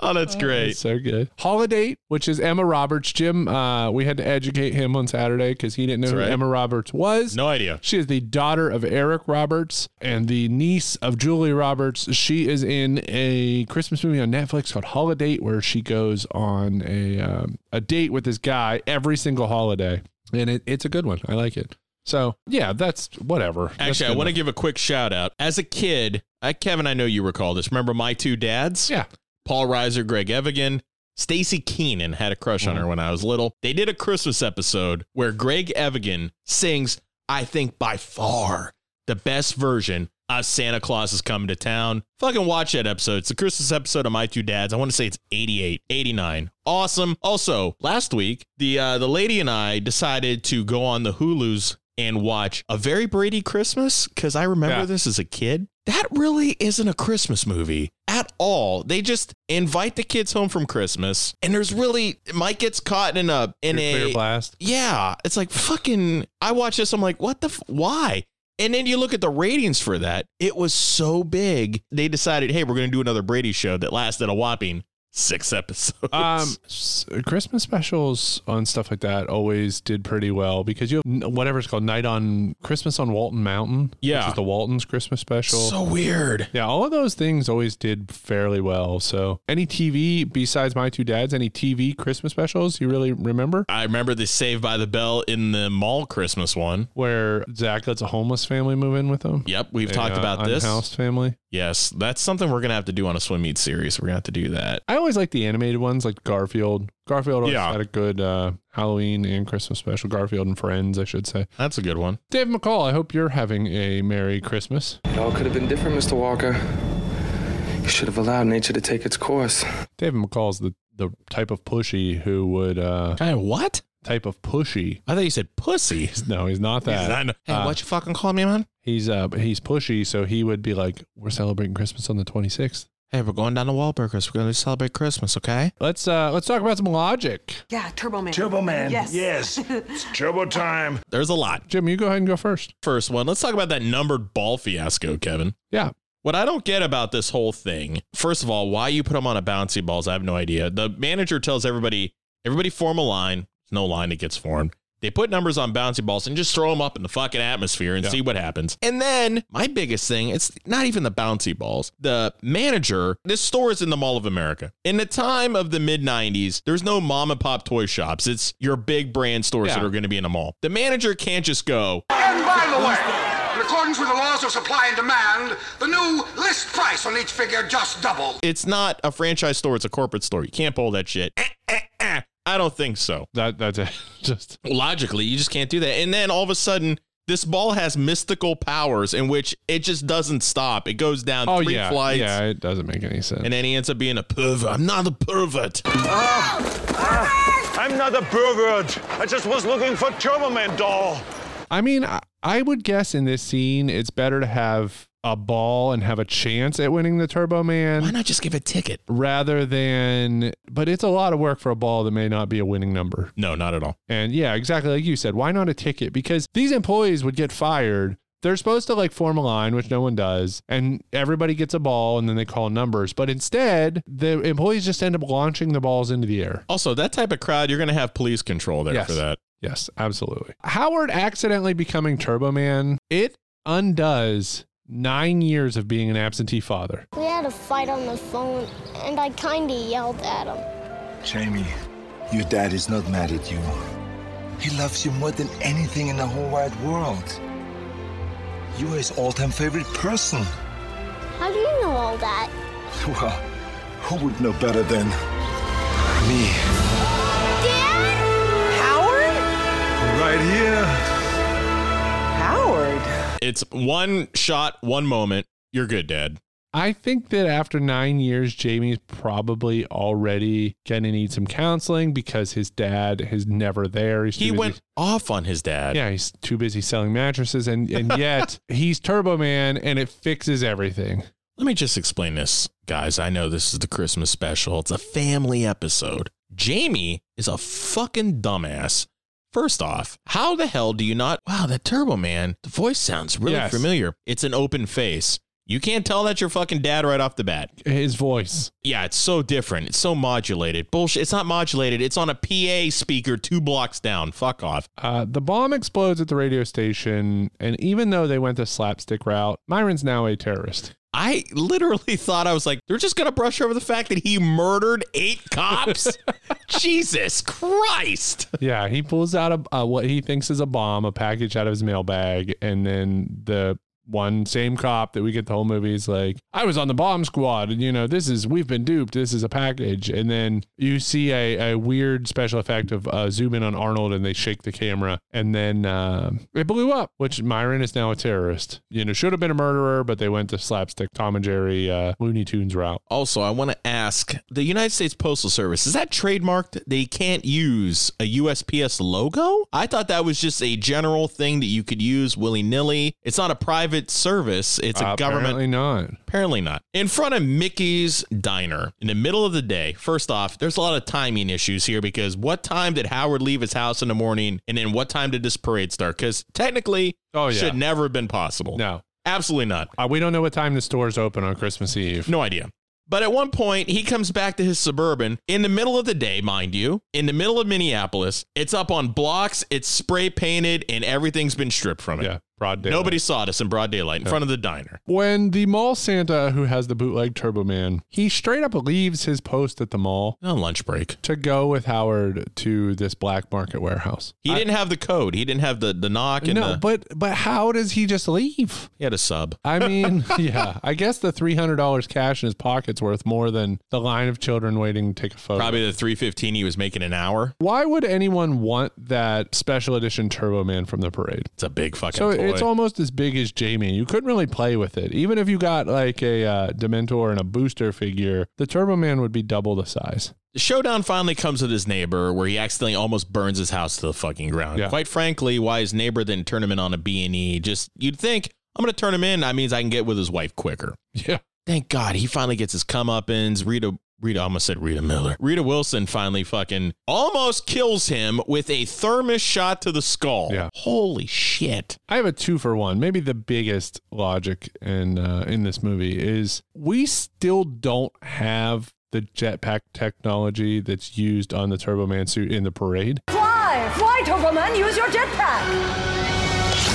Oh, that's It's great. so good. Holiday, which is Emma Roberts. Jim, uh, we had to educate him on Saturday because he didn't know That's who right. Emma Roberts was. No idea. She is the daughter of Eric Roberts and the niece of Julie Roberts. She is in a Christmas movie on Netflix called Holiday, where she goes on a um, a date with this guy every single holiday, and it, it's a good one. I like it. So yeah, that's whatever. That's Actually, I good want to one. give a quick shout out. As a kid, I, Kevin, I know you recall this. Remember my two dads? yeah. Paul Reiser, Greg Evigan. Stacy Keenan had a crush on her when I was little. They did a Christmas episode where Greg Evigan sings, I think by far the best version of Santa Claus is Coming to Town. Fucking watch that episode. It's the Christmas episode of My Two Dads. I want to say it's 88, 89. Awesome. Also, last week, the uh, the lady and I decided to go on the Hulu's and watch A Very Brady Christmas because I remember Yeah. this as a kid. That really isn't a Christmas movie at all. They just invite the kids home from Christmas, and there's really Mike gets caught in a in Clear a blast. yeah, it's like fucking. I watch this. I'm like, what the? F- why? And then you look at the ratings for that. It was so big. They decided, hey, we're going to do another Brady show that lasted a whopping six [laughs] episodes. Um, s- Christmas specials on stuff like that always did pretty well because you have n- whatever it's called, Night on Christmas on Walton Mountain. Yeah. which is the Walton's Christmas special. So weird. Yeah, all of those things always did fairly well. So any TV besides my two dads, any TV Christmas specials you really remember? I remember the Saved by the Bell in the mall Christmas one. Where Zach lets a homeless family move in with him. Yep, we've uh, talked about this. House family. Yes, that's something we're gonna have to do on a swim meet series. We're gonna have to do that. I always like the animated ones, like Garfield. Garfield always Yeah. had a good uh, Halloween and Christmas special. Garfield and Friends, I should say. That's a good one. Dave McCall, I hope you're having a Merry Christmas. It all could have been different, Mr. Walker. You should have allowed nature to take its course. David McCall's the, the type of pushy who would uh Kind of what? type of pushy. [laughs] I thought you said [laughs] pussy. No, he's not that. I know. Hey, Uh, what you fucking call me, man? He's uh he's pushy, so he would be like, We're celebrating Christmas on the twenty sixth. Hey, we're going down to Wahlburgers. We're gonna celebrate Christmas, okay? Let's uh let's talk about some logic. Yeah, Turbo Man. Turbo Man. Yes. Yes. [laughs] it's turbo time. There's a lot. Jim, you go ahead and go first. First one, let's talk about that numbered ball fiasco, Kevin. Yeah. What I don't get about this whole thing, first of all, why you put them on a bouncy balls, I have no idea. The manager tells everybody, everybody form a line. There's no line that gets formed. They put numbers on bouncy balls and just throw them up in the fucking atmosphere and see what happens. And then my biggest thing, it's not even the bouncy balls. The manager, this store is in the Mall of America. In the time of the mid 90s, there's no mom and pop toy shops. It's your big brand stores that Yeah. are going to be in a mall. The manager can't just go, And by the way, in accordance with the laws of supply and demand, the new list price on each figure just doubled. it's not a franchise store, it's a corporate store. You can't pull that shit. Eh, eh, eh. I don't think so. That that's it. [laughs] just Logically, you just can't do that. And then all of a sudden, this ball has mystical powers in which it just doesn't stop. It goes down Oh three yeah. flights. Yeah, it doesn't make any sense. And then he ends up being a pervert. I'm not a pervert. I'm not a pervert. I just was looking for Turbo Man doll. I mean, I, I would guess in this scene it's better to have a ball and have a chance at winning the Turbo Man. Why not just give a ticket? rather than but it's a lot of work for a ball that may not be a winning number. No, not at all. And yeah, exactly like you said, why not a ticket? Because these employees would get fired. They're supposed to like form a line, which no one does, and everybody gets a ball and then they call numbers. But instead, the employees just end up launching the balls into the air. Also, that type of crowd, you're going to have police control there Yes. for that. Yes, absolutely. Howard accidentally becoming Turbo Man, it undoes nine years of being an absentee father. We had a fight on the phone, and I kinda yelled at him. Jamie, your dad is not mad at you. He loves you more than anything in the whole wide world. You are his all-time favorite person. How do you know all that? Well, who would know better than me? Howard? Right here. Howard? It's one shot, one moment. You're good, Dad. I think that after nine years, Jamie's probably already gonna need some counseling because his dad is never there. He's too He busy- went off on his dad. Yeah, he's too busy selling mattresses, and and yet he's Turbo Man, and it fixes everything. Let me just explain this, guys. I know this is the Christmas special. It's a family episode. Jamie is a fucking dumbass. First off, how the hell do you not? Wow, that Turbo Man, the voice sounds really Yes. familiar. It's an open face. You can't tell that's your fucking dad right off the bat. His voice. Yeah, it's so different. It's so modulated. Bullshit. It's not modulated. It's on a PA speaker two blocks down. Fuck off. Uh, the bomb explodes at the radio station, and even though they went the slapstick route, Myron's now a terrorist. I literally [laughs] thought I was like, they're just gonna brush over the fact that he murdered eight cops. Jesus Christ. Yeah, he pulls out a, uh, what he thinks is a bomb, a package out of his mailbag, and then the one same cop that we get the whole movie is like, I was on the bomb squad, and you know, this is we've been duped. This is a package, and then you see a, a weird special effect of uh, zoom in on Arnold, and they shake the camera, and then uh, it blew up. Which Myron is now a terrorist. You know, should have been a murderer, but they went the slapstick Tom and Jerry uh, Looney Tunes route. Also, I want to ask the United States Postal Service is that trademarked? They can't use a USPS logo? I thought that was just a general thing that you could use willy nilly. It's not a private service, it's a Apparently government. not. Apparently not. In front of Mickey's Diner in the middle of the day, first off, there's a lot of timing issues here because what time did Howard leave his house in the morning? And then what time did this parade start? Because technically, Oh, yeah. should never have been possible. No. Absolutely not. Uh, we don't know what time the stores open on Christmas Eve. No idea. But at one point, he comes back to his suburban in the middle of the day, mind you, in the middle of Minneapolis. It's up on blocks, it's spray painted, and everything's been stripped from it. Yeah, broad daylight. Nobody saw this in broad daylight in front of the diner. When the mall Santa, who has the bootleg Turbo Man, he straight up leaves his post at the mall On Oh, lunch break, to go with Howard to this black market warehouse. he didn't have the code. He didn't have the the knock and no, the, but but how does he just leave? he had a sub. I mean, yeah, I guess the three hundred dollars cash in his pocket's worth more than the line of children waiting to take a photo. Probably the three fifteen he was making an hour. Why would anyone want that special edition Turbo Man from the parade? It's a big fucking. So toy. it's almost as big as Jamie. You couldn't really play with it. Even if you got like a uh, Dementor and a booster figure, the Turbo Man would be double the size. The showdown finally comes with his neighbor, where he accidentally almost burns his house to the fucking ground. Yeah. Quite frankly, why his neighbor didn't turn him in on a B and E? Just you'd think I'm gonna turn him in. That means I can get with his wife quicker. Yeah. Thank God he finally gets his comeuppance. Rita, Rita, I almost said Rita Miller. Rita Wilson finally fucking almost kills him with a thermos shot to the skull. Yeah. Holy shit. I have a two for one. Maybe the biggest logic in uh, in this movie is we still don't have the jetpack technology that's used on the Turbo Man suit in the parade. Fly! Fly, Turbo Man! Use your jetpack!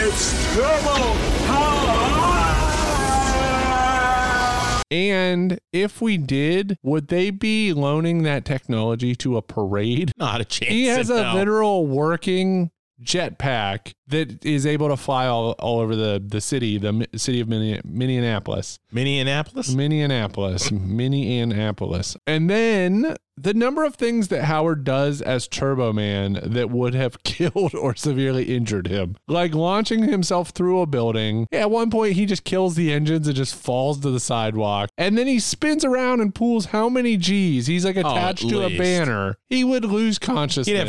It's turbo And if we did, would they be loaning that technology to a parade? Not a chance. He has in a hell. literal working jetpack that is able to fly all, all over the, the city, the mi- city of Minne- Minneapolis. Minneapolis? Minneapolis. Minneapolis. And then the number of things that Howard does as Turbo Man that would have [laughs] killed or severely injured him, like launching himself through a building. At one point, he just kills the engines and just falls to the sidewalk. And then he spins around and pulls how many G's? He's like Oh, at attached to a least. banner. He would lose consciousness. He'd have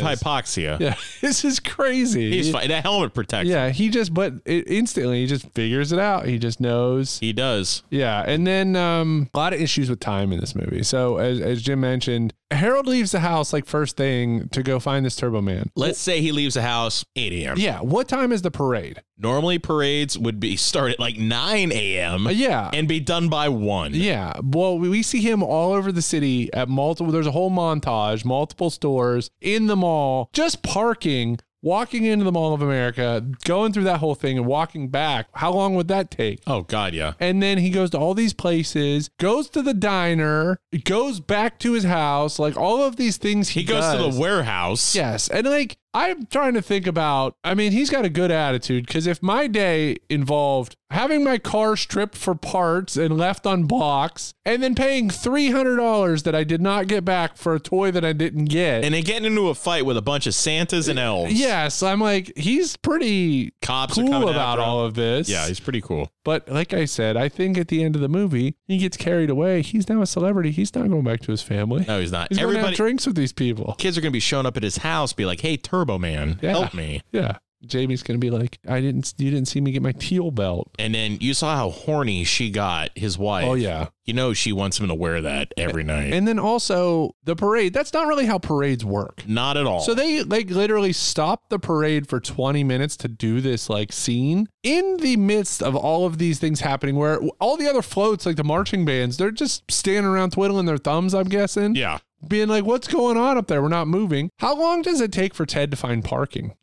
[laughs] hypoxia. Yeah, this is crazy. He's fine. That helmet protects him. Yeah, he just but it, instantly he just figures it out. He just knows. He does. Yeah, and then um, a lot of issues with time in this movie. So as, as Jim mentioned, Harold leaves the house like first thing to go find this Turbo Man. Let's say he leaves the house 8 a.m. Yeah, what time is the parade? Normally parades would be [laughs] start at like 9 a.m. Uh, yeah. and be done by one. Yeah, well, we- we see him all over the city at multiple. There's a whole montage, multiple stores in the mall, just parking, walking into the Mall of America, going through that whole thing, and walking back. How long would that take? Oh God, yeah. And then he goes to all these places, goes to the diner, goes back to his house, like all of these things. He, He goes to does. the warehouse. Yes. And like, I'm trying to think about, I mean, he's got a good attitude because if my day involved having my car stripped for parts and left on blocks and then paying $300 that I did not get back for a toy that I didn't get. And then getting into a fight with a bunch of Santas and elves. yes, I'm like, he's pretty Cops are coming cool after about him. all of this. Yeah, he's pretty cool. But like I said, I think at the end of the movie, he gets carried away. He's now a celebrity. He's not going back to his family. No, he's not. He's going to have Everybody drinks with these people. kids are gonna be showing up at his house, be like, Hey Turbo Man, Yeah. help me. Yeah. Jamie's going to be like, I didn't, you didn't see me get my teal belt. And then you saw how horny she got his wife. Oh, yeah. You know she wants him to wear that every night. And then also the parade. That's not really how parades work. Not at all. So they like literally stopped the parade for 20 minutes to do this like scene in the midst of all of these things happening where all the other floats, like the marching bands, they're just standing around twiddling their thumbs, I'm guessing. Yeah. Being [laughs] like, what's going on up there? We're not moving. How long does it take for Ted to find parking?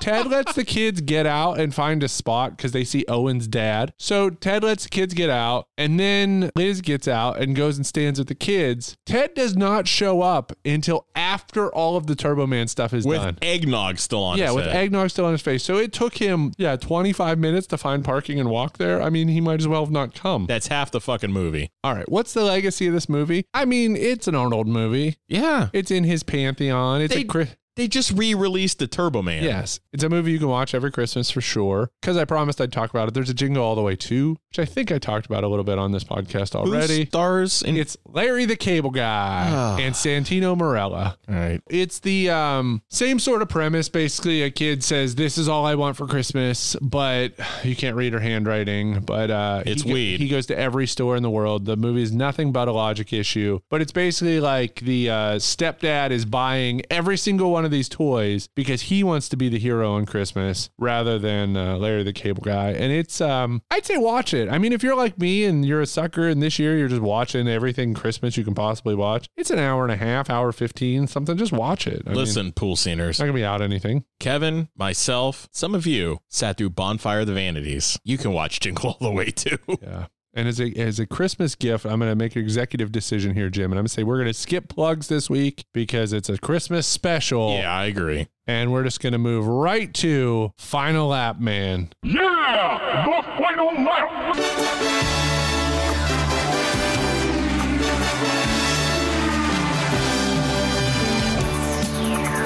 Ted lets the kids get out and find a spot because they see Owen's dad. So Ted lets the kids get out, and then Liz gets out and goes and stands with the kids. Ted does not show up until after all of the Turbo Man stuff is with done. eggnog still on. Yeah, his with head. eggnog still on his face. So it took him, yeah, 25 minutes to find parking and walk there. I mean, he might as well have not come. That's half the fucking movie. All right, what's the legacy of this movie? I mean, it's an Arnold movie. Yeah. It's in his pantheon. It's They, a Chris. they just re-released the Turbo Man. Yes, it's a movie you can watch every Christmas for sure. Because I promised I'd talk about it. There's a jingle all the way too, which I think I talked about a little bit on this podcast Who already. stars in it's Larry the Cable Guy Ah. and Santino Morella. All right. It's the um, same sort of premise. Basically, a kid says, "This is all I want for Christmas," but you can't read her handwriting. But uh, It's he, go- weed. He goes to every store in the world. The movie is nothing but a logic issue. But it's basically like the uh, stepdad is buying every single one of these toys because he wants to be the hero on Christmas rather than uh, Larry the Cable Guy. And it's um, I'd say watch it. I mean, if you're like me and you're a sucker, and this year you're just watching everything Christmas you can possibly watch, it's an hour and a half, hour fifteen, something. Just watch it. I mean, Listen, pool sceners. it's not gonna be out anything. Kevin, myself, some of you sat through Bonfire of the Vanities. You can watch Jingle All the Way too. Yeah. And as a as a Christmas gift, I'm going to make an executive decision here, Jim, and I'm going to say we're going to skip plugs this week because it's a Christmas special. [laughs] Yeah, I agree. And we're just going to move right to Final Lap Man. Yeah! The final lap!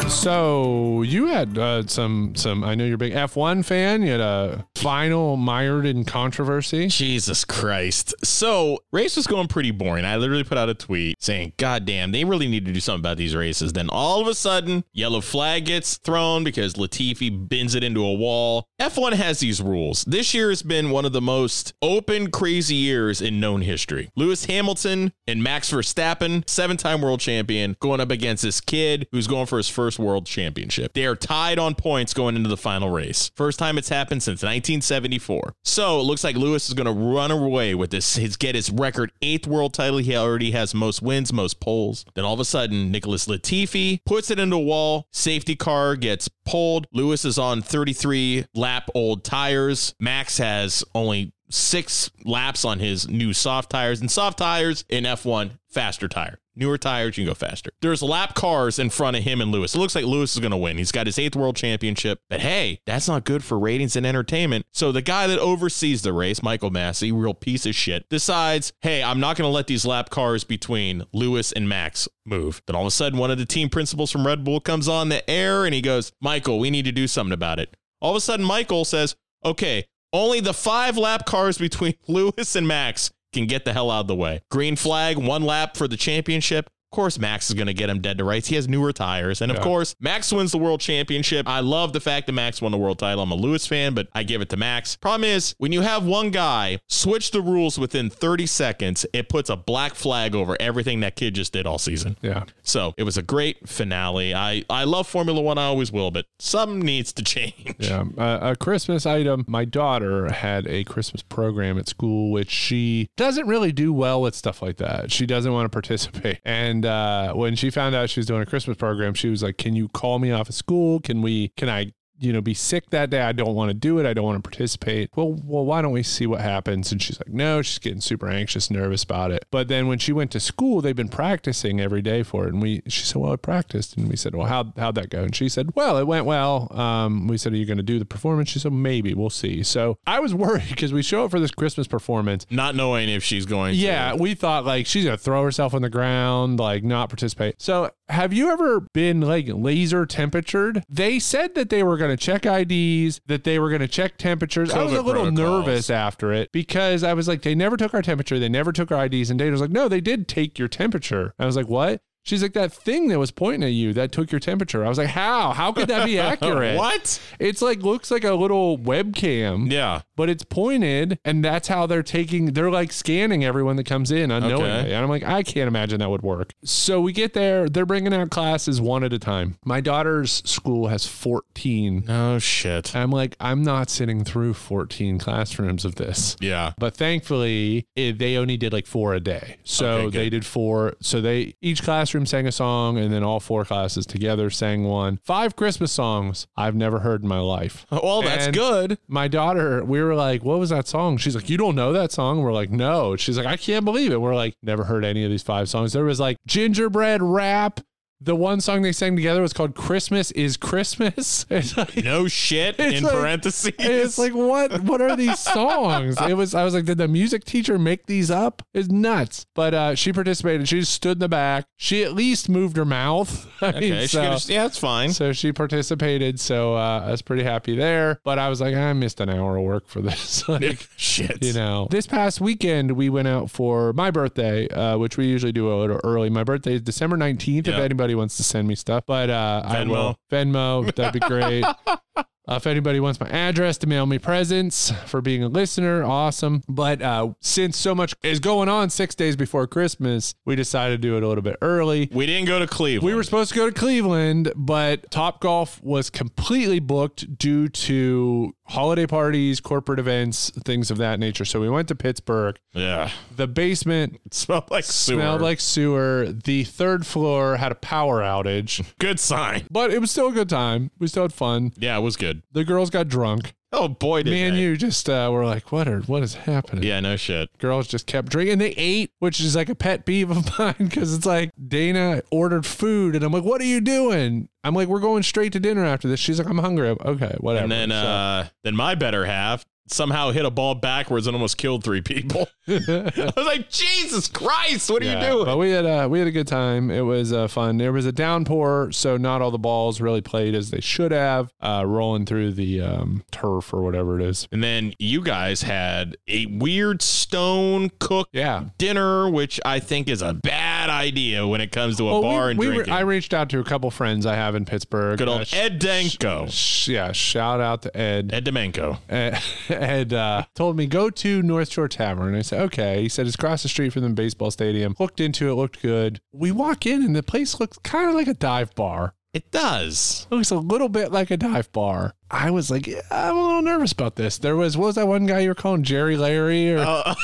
So you had uh, some some. I know you're a big F1 fan. You had a final mired in controversy. Jesus Christ. So, race was going pretty boring. I literally put out a tweet saying, God damn, they really need to do something about these races. Then all of a sudden, yellow flag gets thrown because Latifi bends it into a wall. F1 has these rules. This year has been one of the most open, crazy years in known history. Lewis Hamilton and Max Verstappen, seven time world champion, going up against this kid who's going for his first world championship. They are tied on points going into the final race. First time it's happened since 1974. So it looks like Lewis is going to run away with this. He's get his record eighth world title. He already has most wins, most poles. Then all of a sudden, Nicholas Latifi puts it into a wall. Safety car gets pulled. Lewis is on 33 lap old tires. Max has only six laps on his new soft tires and soft tires in F1 faster tire. Newer tires, you can go faster. There's lap cars in front of him and Lewis. It looks like Lewis is going to win. He's got his eighth world championship, but hey, that's not good for ratings and entertainment. So the guy that oversees the race, Michael Massey, real piece of shit, decides, hey, I'm not going to let these lap cars between Lewis and Max move. Then all of a sudden, one of the team principals from Red Bull comes on the air and he goes, Michael, we need to do something about it. All of a sudden, Michael says, okay, only the five lap cars between [laughs] Lewis and Max can get the hell out of the way. Green flag, one lap for the championship. Of course, Max is going to get him dead to rights. He has newer tires. And of Yeah. course, Max wins the world championship. I love the fact that Max won the world title. I'm a Lewis fan, but I give it to Max. Problem is, when you have one guy switch the rules within 30 seconds, it puts a black flag over everything that kid just did all season. Yeah. So it was a great finale. I, I love Formula One. I always will, but something needs to [laughs] change. Yeah, uh, a Christmas item. My daughter had a Christmas program at school, which she doesn't really do well with stuff like that. She doesn't want to [laughs] participate. And uh, when she found out she was doing a Christmas program, she was like, "Can you call me off of school? Can we? Can I?" You know, be sick that day. I don't want to do it. I don't want to participate. Well, well, why don't we see what happens? And she's like, no, she's getting super anxious, nervous about it. But then when she went to school, they've been practicing every day for it. And we, she said, well, I practiced. And we said, well, how, how'd that go? And she said, well, it went well. Um, we said, are you going to do the performance? She said, maybe we'll see. So I was [laughs] worried because we show up for this Christmas performance. Not knowing if she's going to. Yeah, we thought like she's gonna throw herself on the ground, like not participate. So, have you ever been like laser temperatured? They said that they were gonna check IDs, that they were gonna check temperatures. I was COVID a little protocols. nervous after it because I was like, they never took our temperature, they never took our IDs, and Dana was like, no, they did take your temperature. I was like, what? She's like that thing that was pointing at you that took your temperature. I was like, how? How could [laughs] that be accurate? What? It's like looks like a little webcam Yeah. but it's pointed and that's how they're taking they're like scanning everyone that comes in unknowingly Okay. and i'm like i can't imagine that would work so we get there they're bringing out classes one at a time my daughter's school has 14 Oh shit. i'm like i'm not sitting through 14 classrooms of this Yeah. but thankfully it, they only did like four a day so Okay, good. they did four so they each class classroom sang a song, and then all four classes together sang one. Five Christmas songs I've never heard in my life. Well, that's And good. My daughter, we were like, what was that song? She's like, you don't know that song? We're like, no. She's like, I can't believe it. We're like, never heard any of these five songs. There was like gingerbread rap. The one song they sang together was called Christmas is Christmas. [laughs] It's like- No shit it's in like- parentheses. It's like what? What are these songs? It was. I was like, did the music teacher make these up? It's nuts. But uh, she participated. She just stood in the back. She at least moved her mouth. [laughs] I mean, okay, she so- could've- yeah, that's fine. [laughs] so she participated. So uh, I was pretty happy there. But I was like, I missed an hour of work for this. [laughs] [laughs] like, Shit. You know, this past weekend, we went out for my birthday, uh, which we usually do a little early. My birthday is December 19th, if Yeah. anybody wants to send me stuff. But uh, I Venmo. will. Venmo, that'd be [laughs] great. Uh, if anybody wants my address to mail me presents for being a listener, awesome. But uh, since so much is going on six days before Christmas, we decided to do it a little bit early. We didn't go to Cleveland. We were supposed to go to Cleveland, but Top Golf was completely booked due to holiday parties, corporate events, things of that nature. So we went to Pittsburgh. Yeah. [laughs] The basement smelled like sewer. Smelled like sewer. The third floor had a power outage. [laughs] Good sign. But it was still a good time. We still had fun. Yeah, it was good. The girls got drunk. Oh boy, did Me and they. you just uh, were like, what are what is happening? Yeah, no shit. Girls just kept drinking. They ate, which is like a pet peeve of [laughs] mine because it's like Dana ordered food, and I'm like, "What are you doing?" I'm like, "We're going straight to dinner after this." She's like, "I'm hungry." I'm, okay, whatever. And then uh then my better half somehow hit a ball backwards and almost killed three people. [laughs] I was like, Jesus Christ, what are Yeah, you doing? But we had a we had a good time. It was uh, fun. There was a downpour, so not all the balls really played as they should have, uh, rolling through the um, turf or whatever it is. And then you guys had a weird stone cook dinner, which I think is a bad idea when it comes to a Well, bar Oh, we- and we were- drinking. I reached out to a couple friends I have in Pittsburgh. Good Uh, old sh- Ed Danko. sh- yeah, shout out to Ed. Ed Domenko. [laughs] Ed, Ed, uh, told me go to North Shore Tavern. I said okay. He said it's across the street from the baseball stadium. Looked into it, looked good. We walk in and the place looks kind of like a dive bar. [laughs] It does. Looks a little bit like a dive bar. I was like, yeah, I'm a little nervous about this. There was what was that one guy you were calling Jerry Larry or Oh,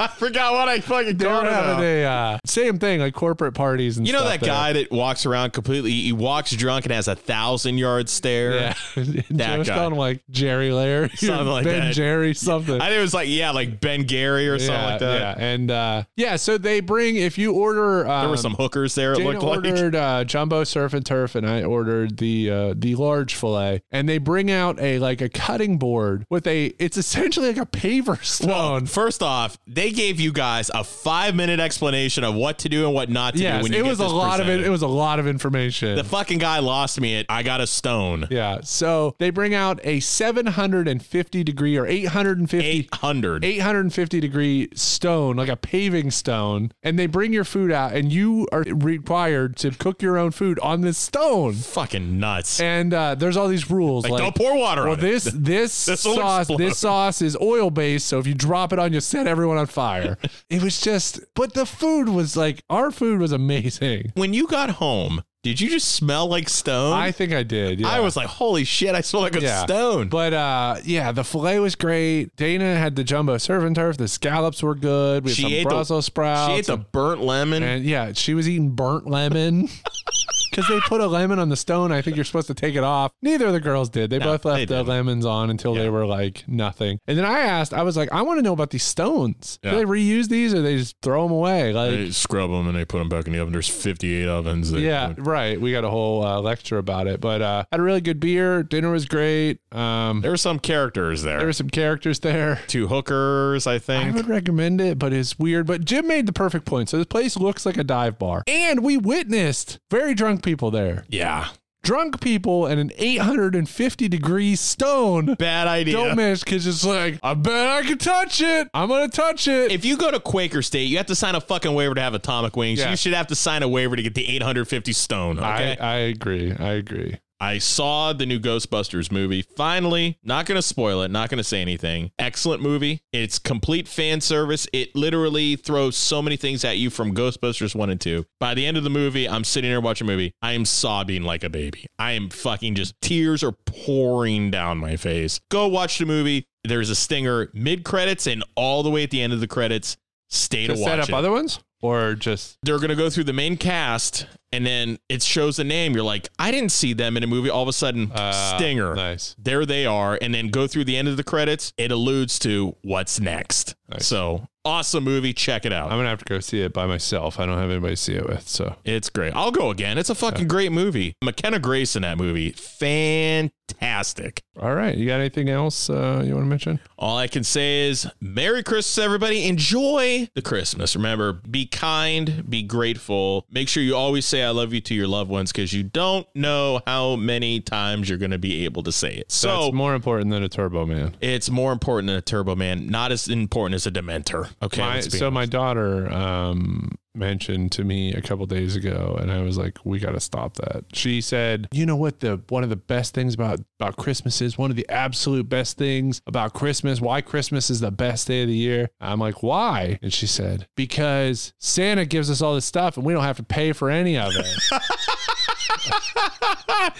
I forgot what I fucking they were called him having out. a, uh, same thing like corporate parties and You know stuff that there. guy that walks around completely, he walks drunk and has a thousand yard stare? Yeah. [laughs] I That was guy. calling him like Jerry Larry, Something like Ben that. Jerry, something. [laughs] I think it was like, yeah, like Ben Gary or something yeah, like that. Yeah, and uh, yeah, so they bring if you order. Um, There were some hookers there, it Dana looked like. ordered uh, jumbo surf and turf, and I ordered the uh, the large fillet. And they bring out a like a cutting board with a. It's essentially like a paver [laughs] stone. Well, first off, they gave you guys a five minute explanation of what to do and what not to do. yes, When you it get was a this lot of presented. it. It was a lot of information. The fucking guy lost me at I got a stone. yeah, so they bring out a 750 degree or 850 800. 850 degree stone, like a paving stone, and they bring your food out, and you are required to cook your own food on this stone. Fucking nuts. And uh, there's all these rules, Like, don't pour water Well, on it. [laughs] this this This'll sauce explode. this sauce is oil based, so if you drop it on, you set everyone on [laughs] fire. it was just, but the food was like our food was amazing. When you got home, did you just smell like stone? I think I did. Yeah. I was like, holy shit, I smell like a Yeah. stone. But uh, yeah, the filet was great. Dana had the jumbo surf and turf. The scallops were good. We had some Brussels sprouts. She ate the burnt lemon. uh, [laughs] and yeah, she was eating burnt lemon. [laughs] Because they put a lemon on the stone, I think you're supposed to take it off. Neither of the girls did. They No, both they left the didn't. lemons on until they were like nothing. And then I asked, I was like, I want to know about these stones. Yeah. Do they reuse these or they just throw them away? Like, they scrub them and they put them back in the oven. There's 58 ovens. They- yeah, right. We got a whole uh, lecture about it, but uh, had a really good beer. Dinner was great. Um, There were some characters there. there were some characters there. two hookers, I I think. would recommend it, but it's weird. But Jim made the perfect point. So this place looks like a dive bar, and we witnessed very drunk people there. yeah. Drunk people and an 850 degree [laughs] stone. Bad idea. Don't miss because it's like I bet I can touch it. I'm gonna touch it. if you go to Quaker State, you have to sign a fucking waiver to have atomic wings. Yeah. You should have to sign a waiver to get the 850 stone. Okay. I, I agree. I agree. I saw the new Ghostbusters movie. Finally, not going to spoil it, not going to say anything. Excellent movie. It's complete fan service. It literally throws so many things at you from Ghostbusters 1 and 2. By the end of the movie, I'm sitting here watching a movie. I am sobbing like a baby. I am fucking just tears are pouring down my face. Go watch the movie. There's a stinger mid credits and all the way at the end of the credits. Stay to, To watch set up it. other ones. or just they're gonna go through the main cast and then it shows the name you're like i didn't see them in a movie all of a sudden stinger Uh, nice. there they are and then go through the end of the credits it alludes to what's next so awesome movie check it out I'm gonna have to go see it by myself. I don't have anybody to see it with, so it's great i'll go again it's a fucking great movie mckenna grace in that movie fantastic all right. You got anything else uh, you want to mention? All I can say is Merry Christmas, everybody. Enjoy the Christmas. Remember, be kind, be grateful. Make sure you always say I love you to your loved ones because you don't know how many times you're going to be able to say it. So That's more important than a Turbo Man. it's more important than a Turbo Man, not as important as a Dementor. Okay. My- let's be so my daughter um, mentioned to me a couple days ago, and I was like, "We got to stop that." She said, "You know what? The one of the best things about about Christmas is one of the absolute best things about Christmas. Why Christmas is the best day of the year?" I'm like, "Why?" And she said, "Because Santa gives us all this stuff, and we don't have to pay for any of [laughs] it." [laughs]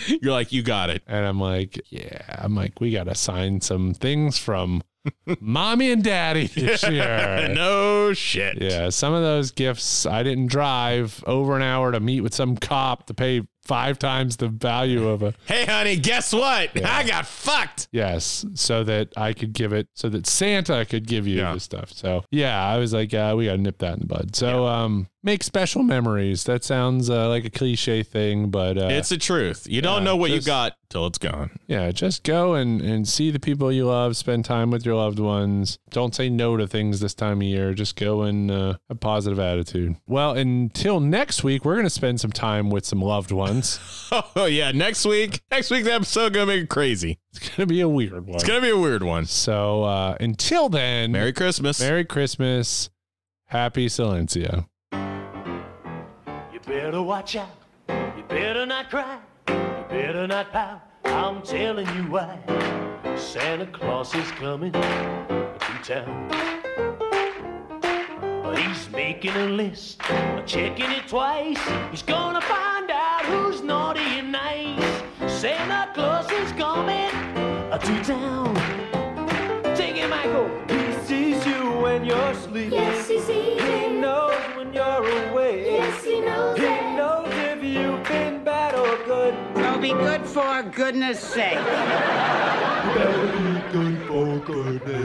You're like, you got it. And I'm like, yeah. I'm like, we got to sign some things [laughs] from mommy and daddy this year. no shit. Yeah. Some of those gifts, I didn't drive over an hour to meet with some cop to pay five times the value of a. Hey, honey, guess what? I got fucked. Yes, so that I could give it, so that Santa could give you the stuff. So yeah, I was like, uh, we gotta nip that in the bud. So um, make special memories. That sounds uh, like a cliche thing, but uh, it's the truth. You don't know what just- you got till it's gone. [laughs] Yeah, just go and, and see the people you love, spend time with your loved ones. Don't say no to things this time of year. Just go and uh, have a positive attitude. Well, until next week, we're going to spend some time with some loved [laughs] ones. Oh yeah, next week, next week's episode gonna make it crazy. it's going to be a weird one. It's gonna be a weird one. so uh, until then, Merry Christmas. Merry Christmas. Happy Silencio. You better watch out. You better not cry. You better not pout. I'm telling you why. Santa Claus is coming to town. He's making a list, checking it twice. He's gonna find out who's naughty and nice. Santa Claus is coming to town. Take it, Michael. He sees you when you're sleeping. Yes, he sees He it. knows when you're awake. Yes, he knows He it. knows if you've been bad or good. So be good for goodness sake.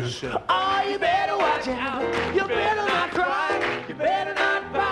Oh, you better watch out. You better not cry. You better not pout.